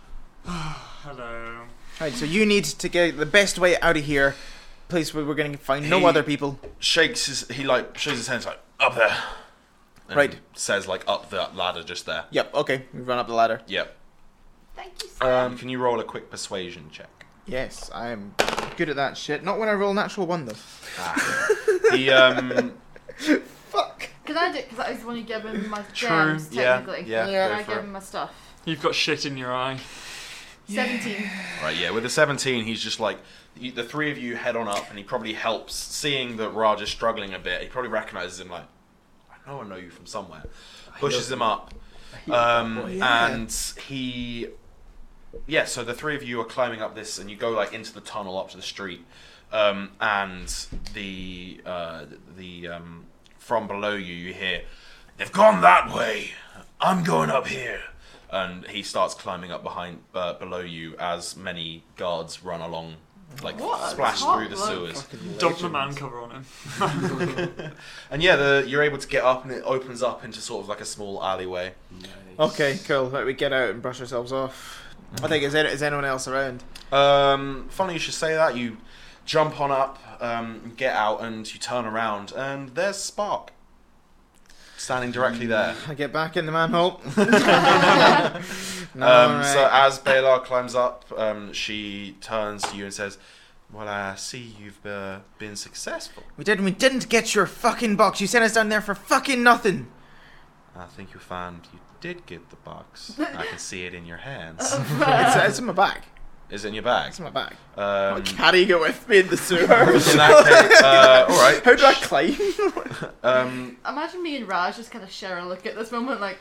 hello. Right, so you need to get the best way out of here. Place where we're going to find He- no other people. shakes his he like shows his hands like up there. and Right. Says like up the ladder just there. Yep, okay. We run up the ladder. Yep. Thank you, sir. Um, can you roll a quick persuasion check? Yes, I'm good at that shit. Not when I roll natural one, though. The Ah. um, Fuck. Can I do? Because I was the one who gave him my True, gems. yeah, Technically. yeah, Can go I for give it. him my stuff. You've got shit in your eye. Seventeen. Right, yeah, with the 17, he's just like, you- the three of you head on up, and he probably helps, seeing that Raj is struggling a bit, he probably recognizes him, like, I know I know you from somewhere. Pushes him up, um, and he. Yeah, so the three of you are climbing up this, and you go, like, into the tunnel up to the street, um, and the. Uh, the um, from below you, you hear, They've gone that way! I'm going up here! and he starts climbing up behind uh, below you as many guards run along like What a splash top through the bloke. sewers Dump the man cover on him. and yeah the, you're able to get up and it opens up into sort of like a small alleyway Okay, cool. Right, we get out and brush ourselves off. I think, is, there, is anyone else around? um, funny you should say that you jump on up um, get out and you turn around and there's spark standing directly there I get back in the manhole. no, um, right. So as Balar climbs up, um, she turns to you and says, "Well, I see you've uh, been successful. we did. We didn't get your fucking box. You sent us down there for fucking nothing. I think you found you did get the box. I can see it in your hands. it's, it's in my bag. Is it in your bag? It's in my bag. Um, Carrying it with me in the sewer. in that case, uh, all right. How do I climb? Um, Imagine me and Raj just kind of share a look at this moment, like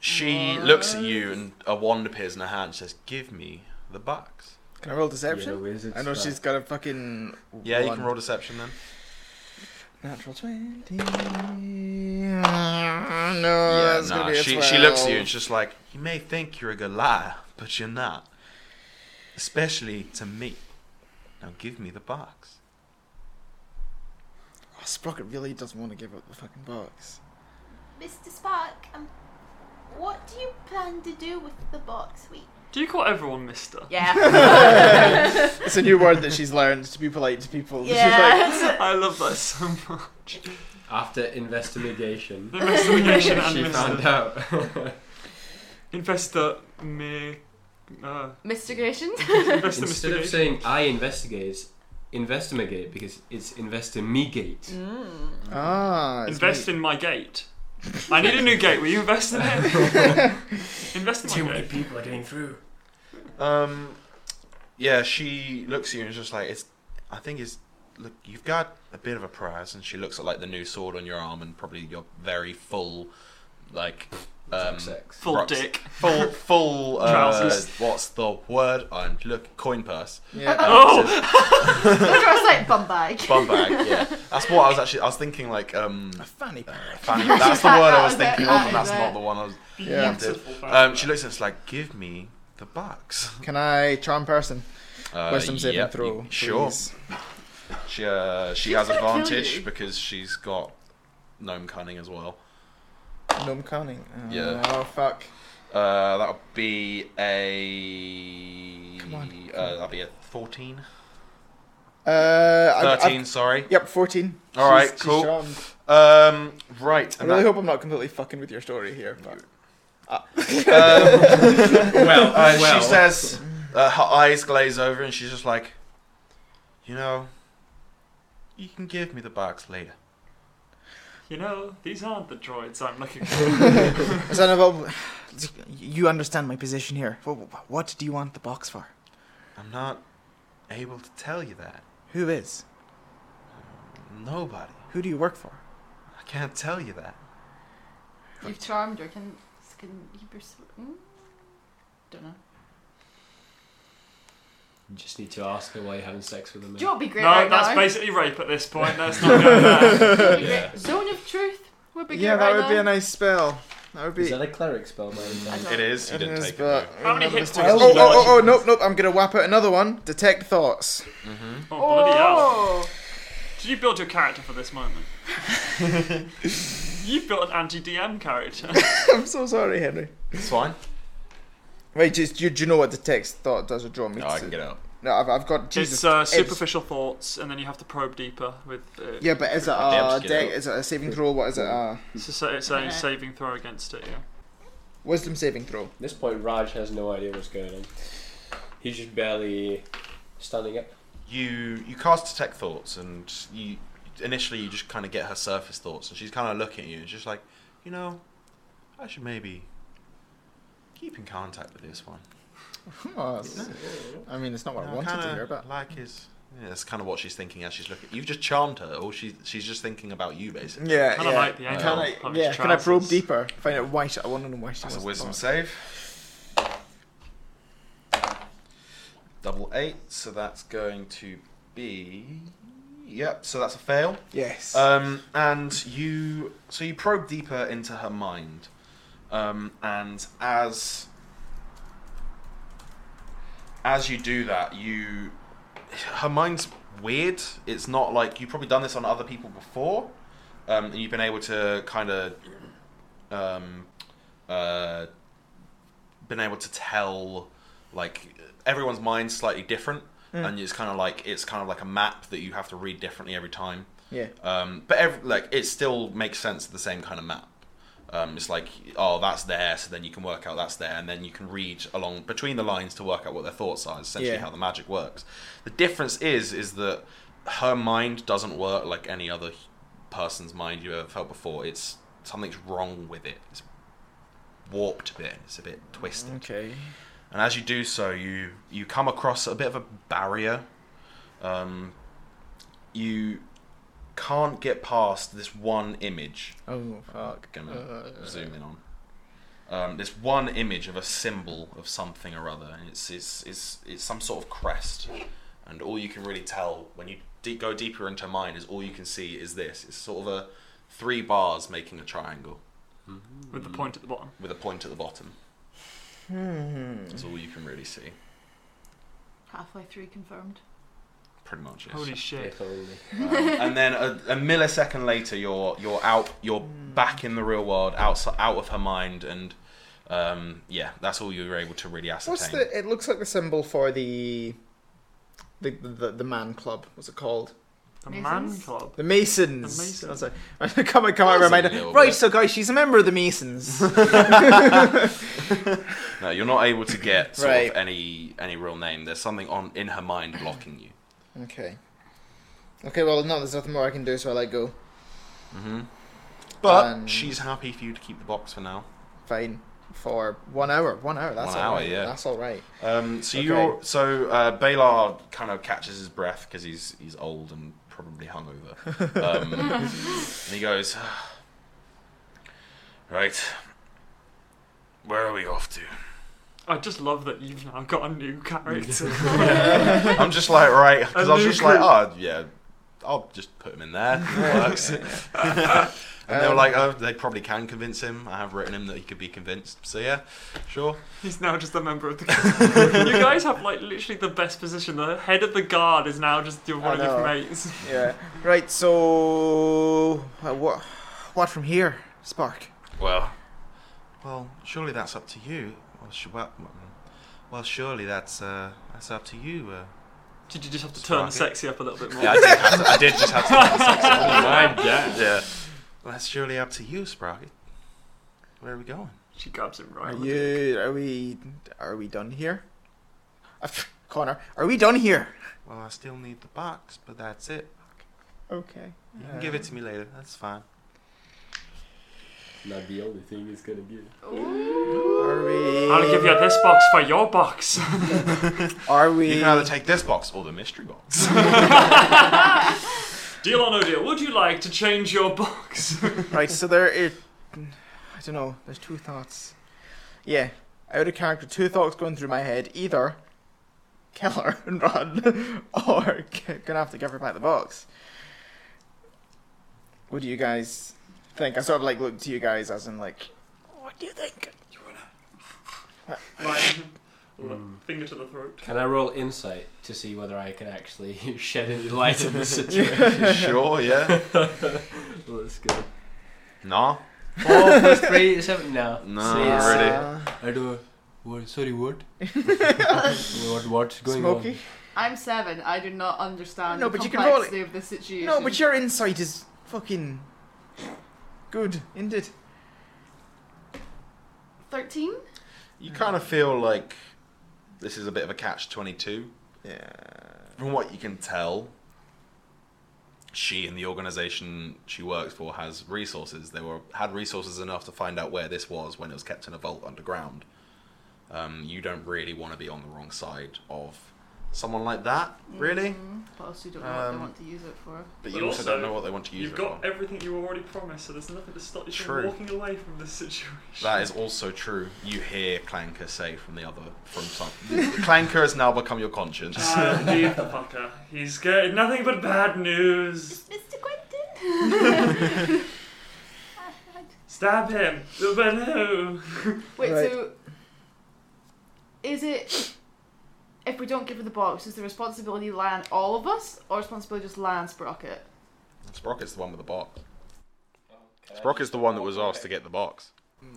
she looks at you, and a wand appears in her hand. She says, "Give me the box." Can I roll Yeah, deception? wizards, I know uh, she's got a fucking. Yeah, you wand. can roll deception then. Natural twenty. Ah, No, that's yeah, Uh, gonna nah. be a She she looks at you 12. and she's just like, "You may think you're a good liar, but you're not, especially to me. Now give me the box." Oh, Sprocket really doesn't want to give up the fucking box. Mr. Spark, um, what do you plan to do with the box? We Do you call everyone Mister? yeah, It's a new word that she's learned to be polite to people. She's yeah. I love that so much. After investigation, The investigation and she Mister. found out. Investor me. Uh, Mystigation. investor Instead of investigation. saying I investigate, investigate because it's investigate. Ah, it's Invest in my gate. I need a new gate. Will you invest in it? invest in my gate. people are getting through. Um, yeah, she looks at you and is just like, "It's." I think is look. You've got a bit of a prize, and she looks at like the new sword on your arm and probably your very full, like, um, sex. Full Rocks. dick. full full uh, Trousers. What's the word? I'm look coin purse. great. Yeah. Oh! It says Look at like bum bag. bum bag. Yeah, that's what I was actually. I was thinking like um. A fanny pack. Fanny. That's the word I was That thinking was of, and it, that that's was not it. the one I was. Yeah. Beautiful Um, she looks at us like, "Give me the bucks." Can I charm person? Uh, Wisdom saving yep, throw. you- Sure. please. She uh, she She's has gonna kill advantage you. because she's got gnome cunning as well. Gnome cunning. Oh, Yeah. Oh fuck. Uh, that would be a Come on, come uh, on. that'd be a fourteen. Uh, I- I've- 13 sorry. Yep, fourteen. All right, She's- she's cool. charmed. Um, right. I and really that- hope I'm not completely fucking with your story here. But Ah. uh, well, well. Um, she says uh, her eyes glaze over and she's just like, you know, you can give me the box later. You know, these aren't the droids I'm looking for. Son of a- you understand my position here. What, what do you want the box for? I'm not able to tell you that. Who is? Nobody. Who do you work for? I can't tell you that. You've charmed her. Can can you persuade? Mm? Don't know. You just need to ask her why you're having sex with a man. Do you know what'd be great no, right that's now? basically rape at this point. Let's not go there. That'd be great. Zone of truth would be yeah, great that right would be now. a nice spell. That would be. Is that a cleric spell, by any chance? don't- It is. You it didn't is, take but- it. How many another hit spell. points Oh, did you oh, oh, lose? oh, nope, nope. I'm gonna whap out another one. Detect thoughts. Oh, bloody hell. Oh, Did you build your character for this moment? you built an anti DM character. I'm so sorry, Henry. It's fine. Wait, just do, do you know what detect thought does? Or do you want me No, to? I can get out. No, I've, I've got Jesus. it's uh, it's- superficial thoughts, and then you have to probe deeper with. Uh, Yeah, but is it I'll be able a to get deck? out. Uh, Is it a saving throw? What is it? Uh, A It's a, sa- it's a Okay. saving throw against it. Yeah. wisdom saving throw. At this point, Raj has no idea what's going on. He's just barely standing up. you you cast detect thoughts and you initially you just kind of get her surface thoughts and she's kind of looking at you and she's like you know i should maybe keep in contact with this one Oh, that's- I mean, it's not what You I know, wanted kinda to hear, but like his yeah, that's kind of what she's thinking as she's looking you've just charmed her or she, she's just thinking about you basically yeah, Kinda yeah. like the angle Can of I, his yeah, can I probe trousers. deeper? Find out why she, I want to know why she that's a wants the wisdom box. save double eight so that's going to be yep so that's a fail Yes. Um, and you, so you probe deeper into her mind, um, and as as you do that, you her mind's weird. It's not like you've probably done this on other people before, um, and you've been able to kind of um, uh, been able to tell like everyone's mind's slightly different. Hmm. And it's kind of like it's kind of like a map that you have to read differently every time. yeah. Um, but ev like it still makes sense the same kind of map. Um, it's like oh that's there, so then you can work out that's there, and then you can read along between the lines to work out what their thoughts are. is Essentially, Yeah. how the magic works. The difference is is that her mind doesn't work like any other person's mind you've ever felt before. It's something's wrong with it. It's warped a bit. It's a bit twisted. Okay. And as you do so, you you come across a bit of a barrier. Um, you can't get past this one image. Oh fuck. Gonna Uh, zoom in on. Um, this one image of a symbol of something or other, and it's it's it's it's some sort of crest. And all you can really tell when you de- go deeper into mine is all you can see is this. It's sort of a three bars making a triangle Mm-hmm. With Mm. the point at the bottom. with a point at the bottom. Hmm. That's all you can really see, halfway through confirmed. pretty much. Yes. Holy shit. If only. Um, and then a, a millisecond later, you're you're out, you're back in the real world, out out of her mind, and um, yeah, that's all you were able to really ascertain. What's the? It looks like the symbol for the the the, the man club. What's it called? The man Masons? club. The Masons. The Masons. I was like, I come on, come on, That's a reminder. little Right, bit. so guys, she's a member of the Masons. No, you're not able to get sort Right. of any any real name. There's something on in her mind blocking you. okay. Okay, well, no, there's nothing more I can do, so I let go. hmm But Um, she's happy for you to keep the box for now. Fine. For one hour. One hour, that's One all hour, right. yeah. That's all right. Um, so Okay. you're so uh, Baylor kind of catches his breath because he's he's old and probably hungover, um, and he goes, "Right, where are we off to?" I just love that you've now got a new character. I'm just like, right, because I was just like, nuclear- oh yeah, I'll just put him in there. It works. and they were Um, like, oh, they probably can convince him. I have written him that he could be convinced. So yeah, sure. He's now just a member of the guard. you guys have like literally the best position. The head of the guard is now just your one I of your know. mates. Yeah. Right, so. Uh, what, what from here, Spark? Well, well, surely that's up to you. Well, sh- well, well surely that's uh, that's up to you. Uh, Did you just have to turn the Spark it. sexy up a little bit more? yeah, I did, have to, I did just have to. My God. yeah. Well, that's surely up to you, Sprocket. Where are we going? She grabs him right. Are on the dick. you? Are we? Are we done here? Uh, Connor, are we done here? Well, I still need the box, but that's it. Okay. You can give it to me later. That's fine. Not the only thing it's gonna be. Are we? I'll give you this box for your box. Are we? You can either take this box or the mystery box. deal or no deal? Would you like to change your box? Right. So there. It. I don't know. There's two thoughts. Yeah. Out of character, two thoughts going through my head. Either kill her and run, or g- gonna have to give her back the box. What do you guys think? I sort of like look to you guys as in like, what do you think? right. Finger to the throat. Can I roll insight to see whether I can actually shed any light on this situation? sure, yeah. Let's go. Nah. Four plus three is seven. No. No, See, it's- already. Uh, I do. What, sorry, what? what? What's going Smokey. I'm seven. I do not understand No, the but you can roll it. complexity of this situation. No, but your insight is fucking good, isn't it? thirteen. You kind of feel like this is a bit of a catch 22. Yeah. From what you can tell, she and the organization she works for has resources. They were had resources enough to find out where this was when it was kept in a vault underground. Um, you don't really want to be on the wrong side of someone like that, Mm. really. But also, Mm-hmm. you don't know what Um, they want to use it for. But you But also, also, don't know what they want to use You've it got for. everything you were already promised, so there's nothing to stop you True. from walking away from this situation. That is also true. You hear Clanker say from the other from some. Clanker has now become your conscience. Ah, leave the fucker. He's getting nothing but bad news. Mr. Quentin. Stab him. But no. Wait, Right. so is it if we don't give her the box, is the responsibility lie on all of us, or responsibility just lie on Sprocket? Sprocket's the one with the box. on? Sprocket's the one that was asked to get the box.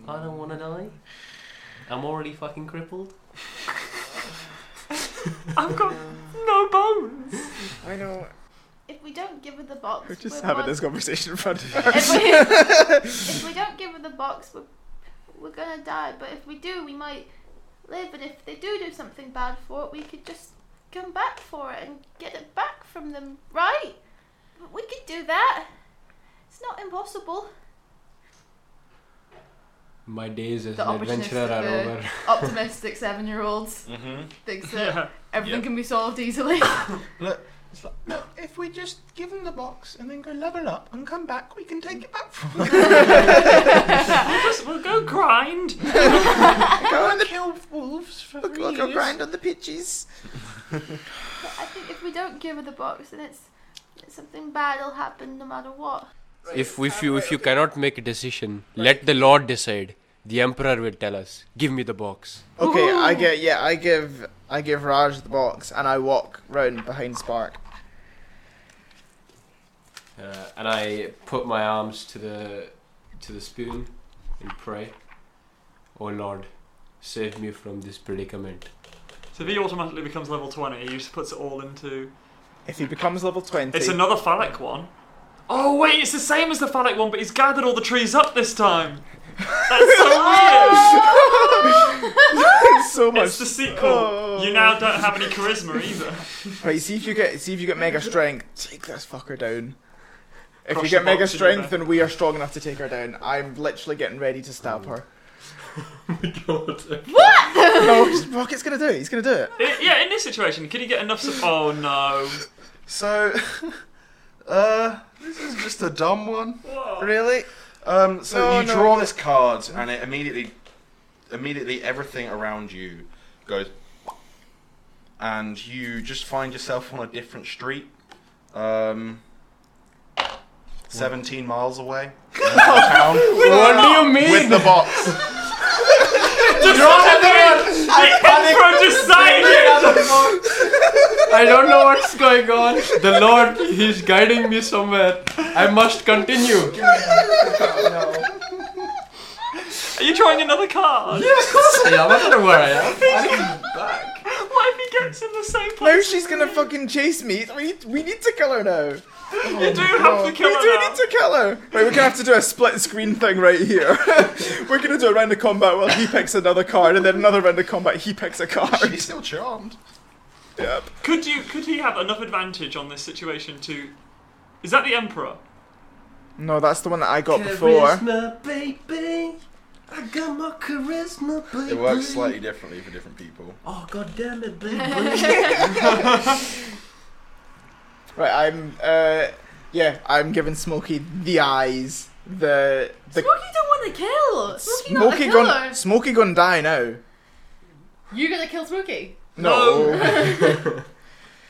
I don't want to die. I'm already fucking crippled. I've got no bones. I know. if we don't give her the box, We're just we're having one- this conversation in front of her. if, we, if we don't give her the box, we're, we're gonna die. But if we do, we might live. And if they do do something bad for it, we could just come back for it and get it back from them, right? We could do that. It's not impossible. My days as The an adventurer are opportunistic, uh, over. Optimistic seven year olds Mm-hmm. thinks that Yeah. everything Yep. can be solved easily. Look, if we just give them the box and then go level up and come back, we can take it back from We'll just we'll go grind. go and kill wolves for Look, look, I'll grind on the pitches. But I think if we don't give her the box, then it's something bad will happen no matter what. If if you if you cannot make a decision, let the Lord decide. The Emperor will tell us. Give me the box. Okay, I get. Yeah, I give. I give Raj the box, and I walk round behind Spark. Uh, and I put my arms to the to the spoon and pray. Oh Lord, save me from this predicament. So if he automatically becomes level 20, he just puts it all into. If he becomes level twenty, It's another phallic one. Oh, wait, it's the same as the Oh, phallic one, but he's gathered all the trees up this time. That's so weird. so much. It's the sequel. You now don't have any charisma either. Right, see if you get see if you get mega strength. Take this fucker down. If Crush you the get mega box together. strength, then we are strong enough to take her down. I'm literally getting ready to stab her. no, just- Rocket's gonna do it. He's gonna do it. I- yeah, in this situation, can you get enough? Su- oh no. So, uh, this is just a dumb one. Really? Um, so No, you no, draw no. this card, and it immediately, immediately everything around you goes, and you just find yourself on a different street, um, seventeen miles away, from the town, What do you mean? with the box. Bro, just saying it. I don't know what's going on. The Lord, He's guiding me somewhere. I must continue. Are you trying another card? Of course I am. I don't know where I am. back. What if he gets in the same place? Now she's gonna fucking chase me. We need, we need to kill her now. You do have to kill we her. do now. need to kill her. Right, we're gonna have to do a split screen thing right here. we're gonna do a round of combat while he picks another card, and then another round of combat he picks a card. She's still charmed. Yep. Could you? Could he have enough advantage on this situation to? Is that the emperor? No, that's the one that I got before. baby. I got my charisma, baby. It works slightly differently for different people. Oh, god damn it, baby. Right, I'm. Uh, yeah, I'm giving Smokey the eyes. The the Smokey don't want to kill. Smokey not a Smokey killer. gone. Smokey gone die now. You're gonna kill Smokey. No.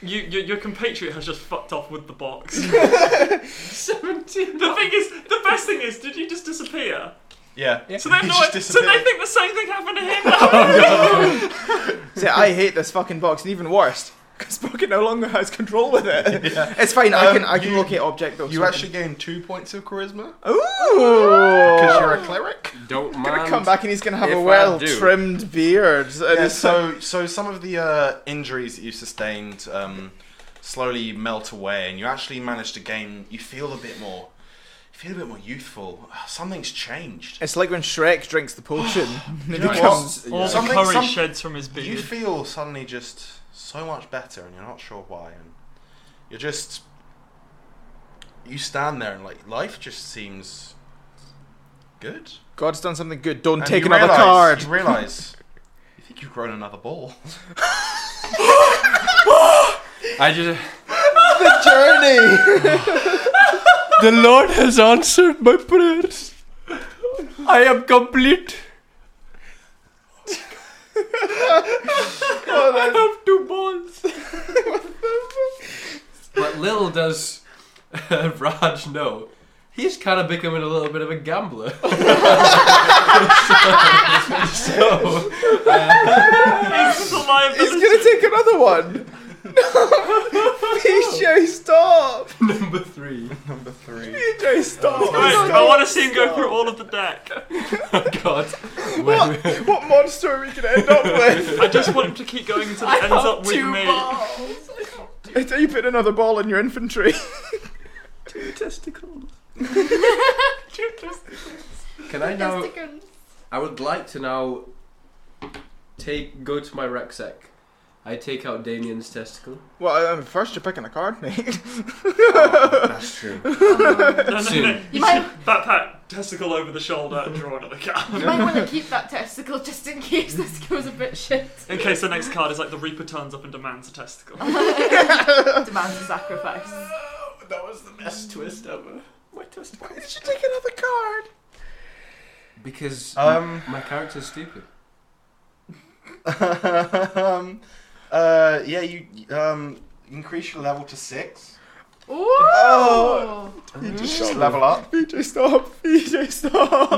You, your, your compatriot has just fucked off with the box. Seventeen. The thing is, the best thing is, did you just disappear? Yeah. So they have He no. just So they disappeared. think the same thing happened to him. See, I hate this fucking box, and even worse, because Smokey no longer has control with it. It's fine. I Um, can I can you- locate object though. You actually gain two points of charisma because Ooh. you're a cleric. Don't He's gonna mind. come back and he's gonna have if a I well do. trimmed beard. And Yeah, it's so so so some of the uh, injuries that you sustained um, slowly melt away, and you actually manage to gain. You feel a bit more. You feel a bit more youthful. Something's changed. it's like when Shrek drinks the potion. and he know what? becomes- All the Something- courage some- sheds from his beard. You feel suddenly just so much better, and you're not sure why. And you're just you stand there, and like life just seems good. God's done something good. Don't And take you another realise- card. You realize you think you've grown another ball. I just. The journey. The Lord has answered my prayers. I am complete. I have two balls. but little does uh, Raj know, he's kind of becoming a little bit of a gambler. so, It's a liability. he's gonna take another one. PJ, stop. number three. Number three. PJ, stop. Wait, stop. I want to see him go through all of the deck. God. What, what monster are we gonna end up with? I just want him to keep going until it ends up with me. Are you putting another ball in your infantry? Can I now? Testicles. I would like to now take go to my rucksack. I take out Damien's testicle. well, um, first you're picking a card, mate. That's true. No, no, no. Soon. You might, Backpack, testicle over the shoulder, and draw another card. you might want to keep that testicle just in case this goes a bit shit. In case the next card is like the Reaper turns up and demands a testicle. Demands a sacrifice. That was the best twist ever. My testicle. Did you take another card? Because Um. my character's stupid. um, uh, yeah, you um, increase your level to six. Oh. You just level up. PJ, stop. PJ, stop.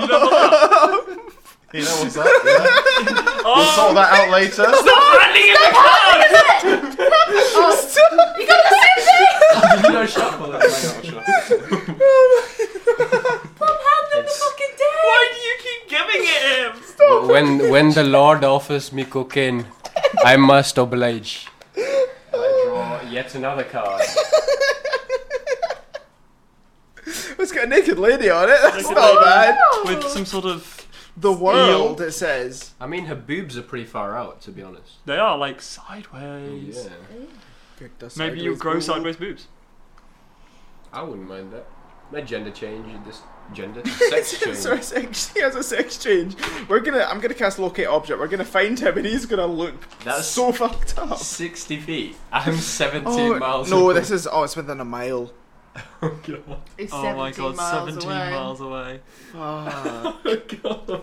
You know what's up? Yeah. We'll oh, sort that out later. handing him the card! Did you know shuffle that? Why do you keep giving it him? When when the Lord offers me cocaine, I must oblige. I draw yet another card. It's got a naked lady on it. That's Naked not lady. bad. Oh. With some sort of the world, it says. I mean, her boobs are pretty far out, to be honest. They are like sideways. Oh, Yeah. Maybe you grow sideways boobs. I wouldn't mind that. My gender change, this gender sex change. Sorry, sex, he has a sex change. We're gonna, I'm gonna cast locate object. We're gonna find him, and he's gonna look That's- so fucked up. 60 feet. I'm 17 Oh, miles no, away. this is oh, it's within a mile. It's Oh my 17 god, miles 17 away. miles away. Oh Ah.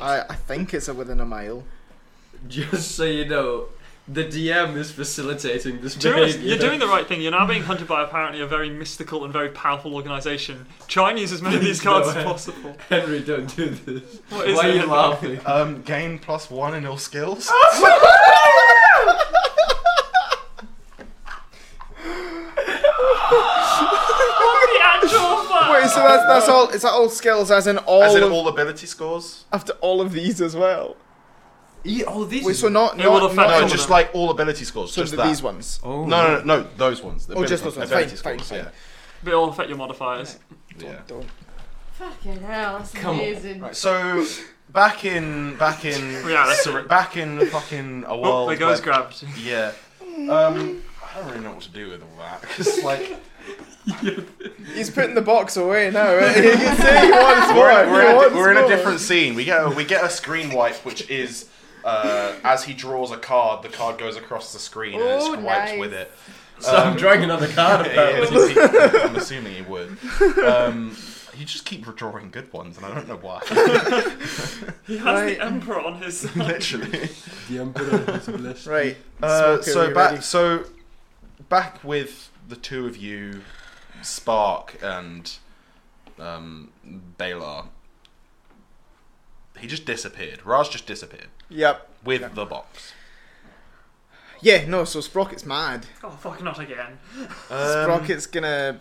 I, I think it's within a mile. Just so you know, the DM is facilitating this To be honest, behavior. you're doing the right thing. You're now being hunted by apparently a very mystical and very powerful organisation. Try and use as many of these Please go cards as ahead. possible. Henry, don't do this. What is Why are it? you laughing? Um, gain plus one in all skills. Oh. Wait, so that's that's all. Is that all skills? As in all As in of, all ability scores? after all of these as well. Eat all these. Wait, so not It will not, affect not all No, of just them. like all ability scores. so just the- that. these ones. Oh. No, no, no, no, those ones. The Oh, just ability- those ones. Ability Fine, scores, fine, yeah. But it'll affect your modifiers. yeah. Don't. Fucking hell, that's Come on. amazing. So back in back in Yeah, that's a- back in fucking a Oh, world. there goes where- grabbed. Yeah. Um, I don't really know what to do with all that because like He's putting the box away now. eh? you can say he wants more. we're, in, he we're, in, wants we're in a more. different scene. We get a, we get a screen wipe, which is uh, as he draws a card, the card goes across the screen and it's Ooh, wiped nice. with it. So I'm drawing another card, Yeah, apparently. he- he- I'm assuming he would. Um, he just keep drawing good ones, and I don't know why. He has Right. the emperor on his side. Literally. The Emperor is blessed. Right. Uh, Smoker, so we ready? back so back with the two of you, Spark and um, Balar. He just disappeared. Raj just disappeared Yep. with the box. Yeah. No. So Sprocket's mad. Oh fuck, not again. Um, Sprocket's gonna.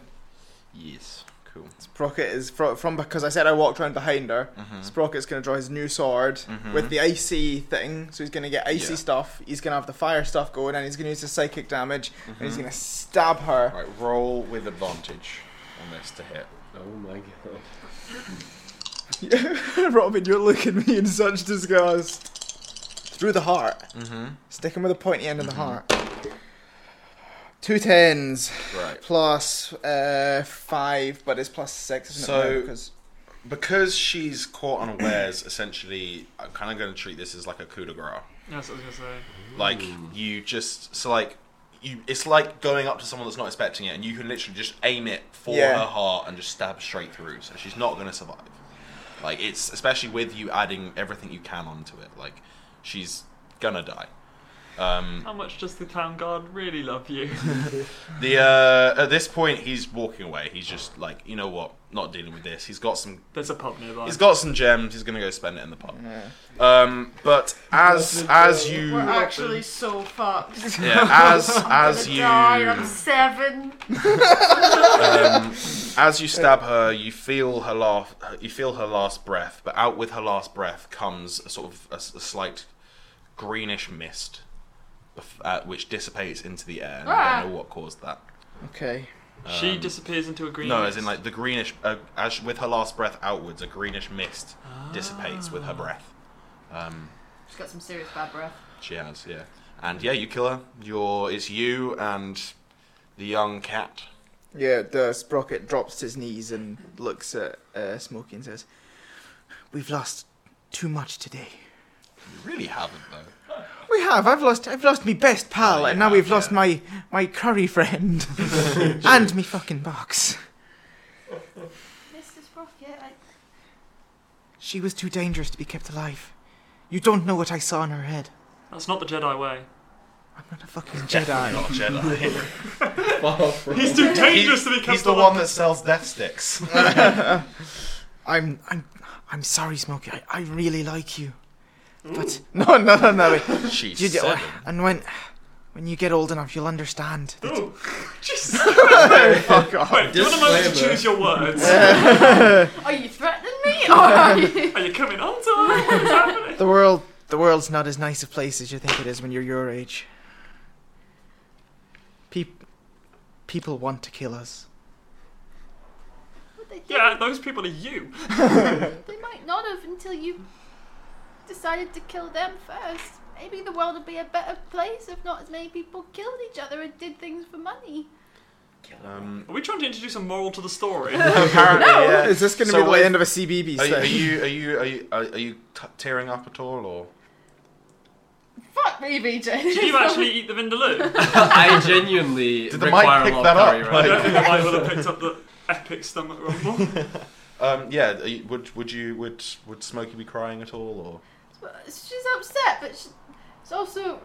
Yes. Cool. Sprocket is fro- from because I said I walked around behind her. Mm-hmm. Sprocket's gonna draw his new sword with the icy thing, so he's gonna get icy Yeah. stuff. He's gonna have the fire stuff going, and he's gonna use his psychic damage, and he's gonna stab her. Right. Roll with advantage on this to hit. Oh my god. Robin, you're looking at me in such disgust. Through the heart. Mm-hmm. Stick him with the pointy end of the heart. Two tens Right. plus uh, five, but it's plus six. Isn't it? So- now, because Because she's caught unawares, essentially, I'm kind of going to treat this as like a coup de grace. That's what I was gonna say. Like you just so like you it's like going up to someone that's not expecting it and you can literally just aim it for Yeah. her heart and just stab straight through. So she's not gonna survive. Like it's especially with you adding everything you can onto it, like she's gonna die. Um How much does the clown guard really love you? the uh at this point he's walking away. He's just like, you know what, not dealing with this. He's got some There's a pub nearby. he's got some gems, he's gonna go spend it in the pub. Um but as as you We're actually so fucked. yeah, as as I'm you die, I'm seven. um, as you stab her, you feel her laugh. You feel her last breath, but out with her last breath comes a sort of a, s- a slight greenish mist, bef- uh, which dissipates into the air. And I Ah. don't know what caused that. okay. she disappears into a green. Um, No, as mist. in like the greenish. Uh, as with her last breath outwards, a greenish mist dissipates with her breath. Um, She's got some serious bad breath. she has, yeah, and yeah, you kill her. You're it's you and the young cat. Yeah, the sprocket drops to his knees and looks at uh, Smokey and says, "We've lost too much today. You really haven't though. We have. I've lost. I've lost my best pal, Oh, you and now we've have, lost yeah. my my curry friend and me fucking box. Mrs. Rocket, I, She was too dangerous to be kept alive. You don't know what I saw in her head. That's not the Jedi way. I'm not a fucking Definitely Jedi. not Jedi. Far from. He's too dangerous to be kept He's the alive. one that sells death sticks. I'm I'm I'm sorry, Smokey. I, I really like you, but no, no, no, no. wait. She's You do- and when when you get old enough, you'll understand. that- Oh, Jesus. Fuck off. Wait, do you want a moment to Disclaimer. choose your words? Are you threatening me? Are you? Are you coming on time? What's happening? The world, the world's not as nice a place as you think it is when you're your age. Peop- people want to kill us. what they, did, Yeah, those people are you. they might not have until you decided to kill them first. Maybe the world would be a better place if not as many people killed each other and did things for money. Um, Are we trying to introduce a moral to the story? apparently, yeah. Is this going to So be the what- end of a CBB? Are, you- are session? you are you are you are, are you t- tearing up at all or? Fuck me, VJ. Did you actually eat the Vindaloo? I genuinely Did the mic require pick a lot that of up? curry I right don't now. think I would have picked up the epic stomach rumble. Um, yeah, are you- would would you would would Smokey be crying at all or? Well, She's upset, but she, it's also.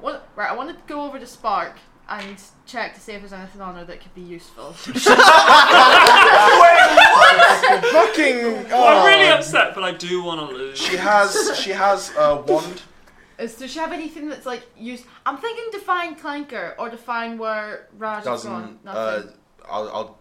What, right, I want to go over to Spark and check to see if there's anything on her that could be useful. fucking. Oh. I'm really upset, but I do want to lose. She has she has a wand. Is, does she have anything that's like used? I'm thinking define clanker or define where Raj has gone. Doesn't uh, Nothing. I'll, I'll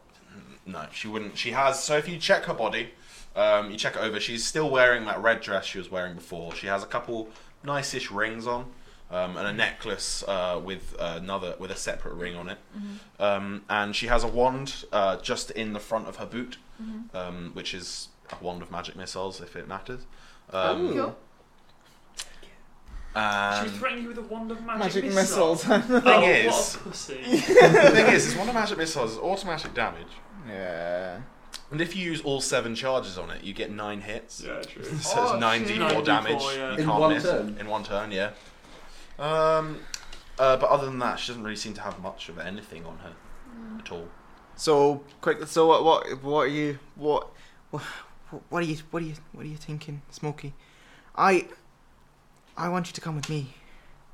no she wouldn't. She has so if you check her body, um, you check it over. She's still wearing that red dress she was wearing before. She has a couple nice-ish rings on. Um, and a necklace uh, with another with a separate ring on it, Mm-hmm. um, and she has a wand uh, just in the front of her boot, Mm-hmm. um, which is a wand of magic missiles if it matters. Um, Cool. She was and- threatening you with a wand of magic, Magic missiles. The Thing oh, is- what a pussy. The thing is, is one of magic missiles is automatic damage, yeah. and if you use all seven charges on it, you get nine hits. yeah, true. So it's Oh, ninety shit. more damage. 94, yeah. You In can't one miss turn? in one turn. Yeah. Um, uh, but other than that, she doesn't really seem to have much of anything on her Hmm. at all. So quick. So what? What? What are you? What? What, what are you? What are you? What are you thinking, Smokey? I. I want you to come with me.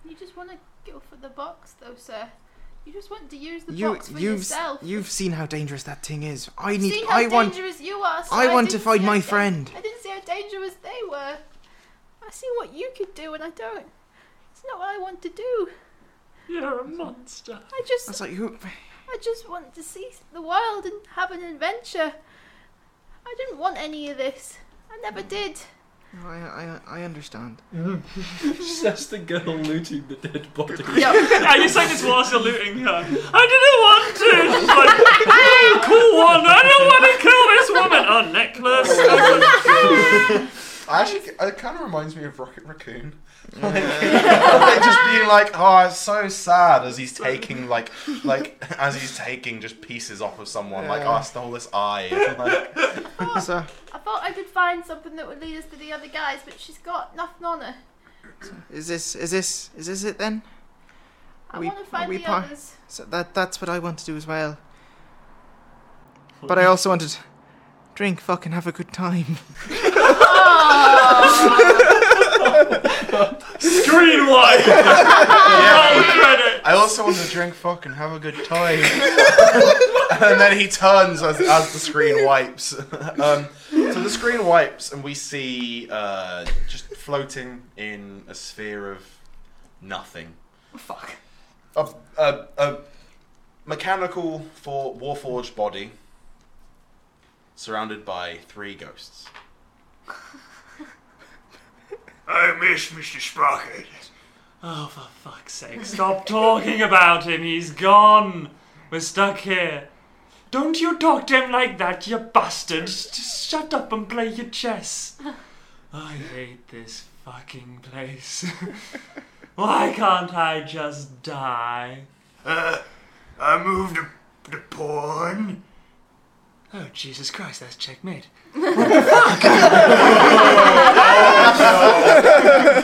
You just want to go for the box, though, sir. You just want to use the you. box for You've. s- yourself. You've seen how dangerous that thing is. I need. See how I want. dangerous you are. sir. I want to didn't find see my how dan- friend. I didn't see how dangerous they were. I see what you could do, and I don't. It's not what I want to do. You're a monster. I just I was like, who? I just want to see the world and have an adventure. I didn't want any of this. I never did. No, I. I. I understand. That's the girl looting the dead body. Are you saying this whilst you're looting her? I didn't want to. She's like, oh, cool one. I didn't want to kill this woman. Oh, necklace. I actually, it kind of reminds me of Rocket Raccoon. Like, just being like, oh, it's so sad as he's taking like, like as he's taking just pieces off of someone. Like, oh, I stole this eye. Like, So I thought I could find something that would lead us to the other guys, but she's got nothing on her. is this? Is this? Is this it then? I Are we- want to are find we the par- others. So that. That's what I want to do as well. But I also wanted. to Drink, fucking have a good time. Ah! Screen wipe. Roll credit. I also want to drink fuck and have a good time. and then he turns as, as the screen wipes. um, so the screen wipes, and we see uh, just floating in a sphere of nothing. Fuck. A, a, a mechanical for warforged body surrounded by three ghosts. I miss Mr. Sprocket. Oh, for fuck's sake, stop talking about him. He's gone. We're stuck here. Don't you talk to him like that, you bastard. Just shut up and play your chess. I hate this fucking place. Why can't I just die? Uh, I moved to, to pawn. Oh, Jesus Christ, that's checkmate.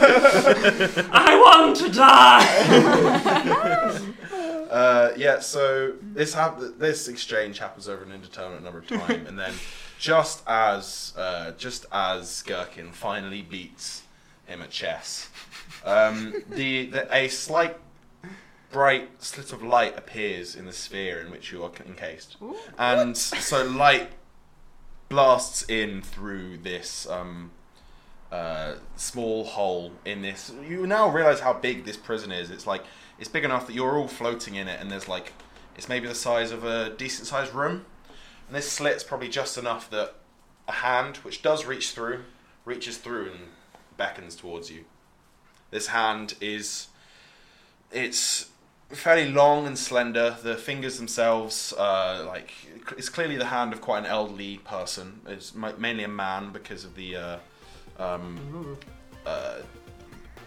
I want to die! Uh, yeah, so this hap- this exchange happens over an indeterminate number of time, and then just as uh, just as Gherkin finally beats him at chess, um, the, the a slight bright slit of light appears in the sphere in which you are encased, and so light blasts in through this um, uh, small hole in this. You now realize how big this prison is. It's like it's big enough that you're all floating in it, and there's like it's maybe the size of a decent sized room, and this slit's probably just enough that a hand, which does reach through, reaches through and beckons towards you. This hand is it's fairly long and slender. The fingers themselves, uh, like, it's clearly the hand of quite an elderly person. It's mi- mainly a man because of the uh, um, uh,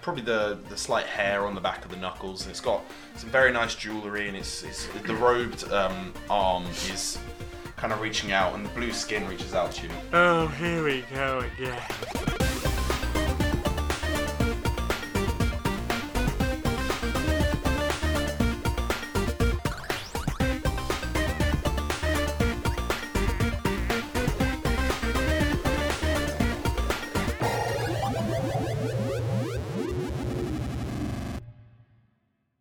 probably the the slight hair on the back of the knuckles, and it's got some very nice jewelry, and it's, it's the robed um, arm is kind of reaching out, and the blue skin reaches out to you. Oh, here we go again.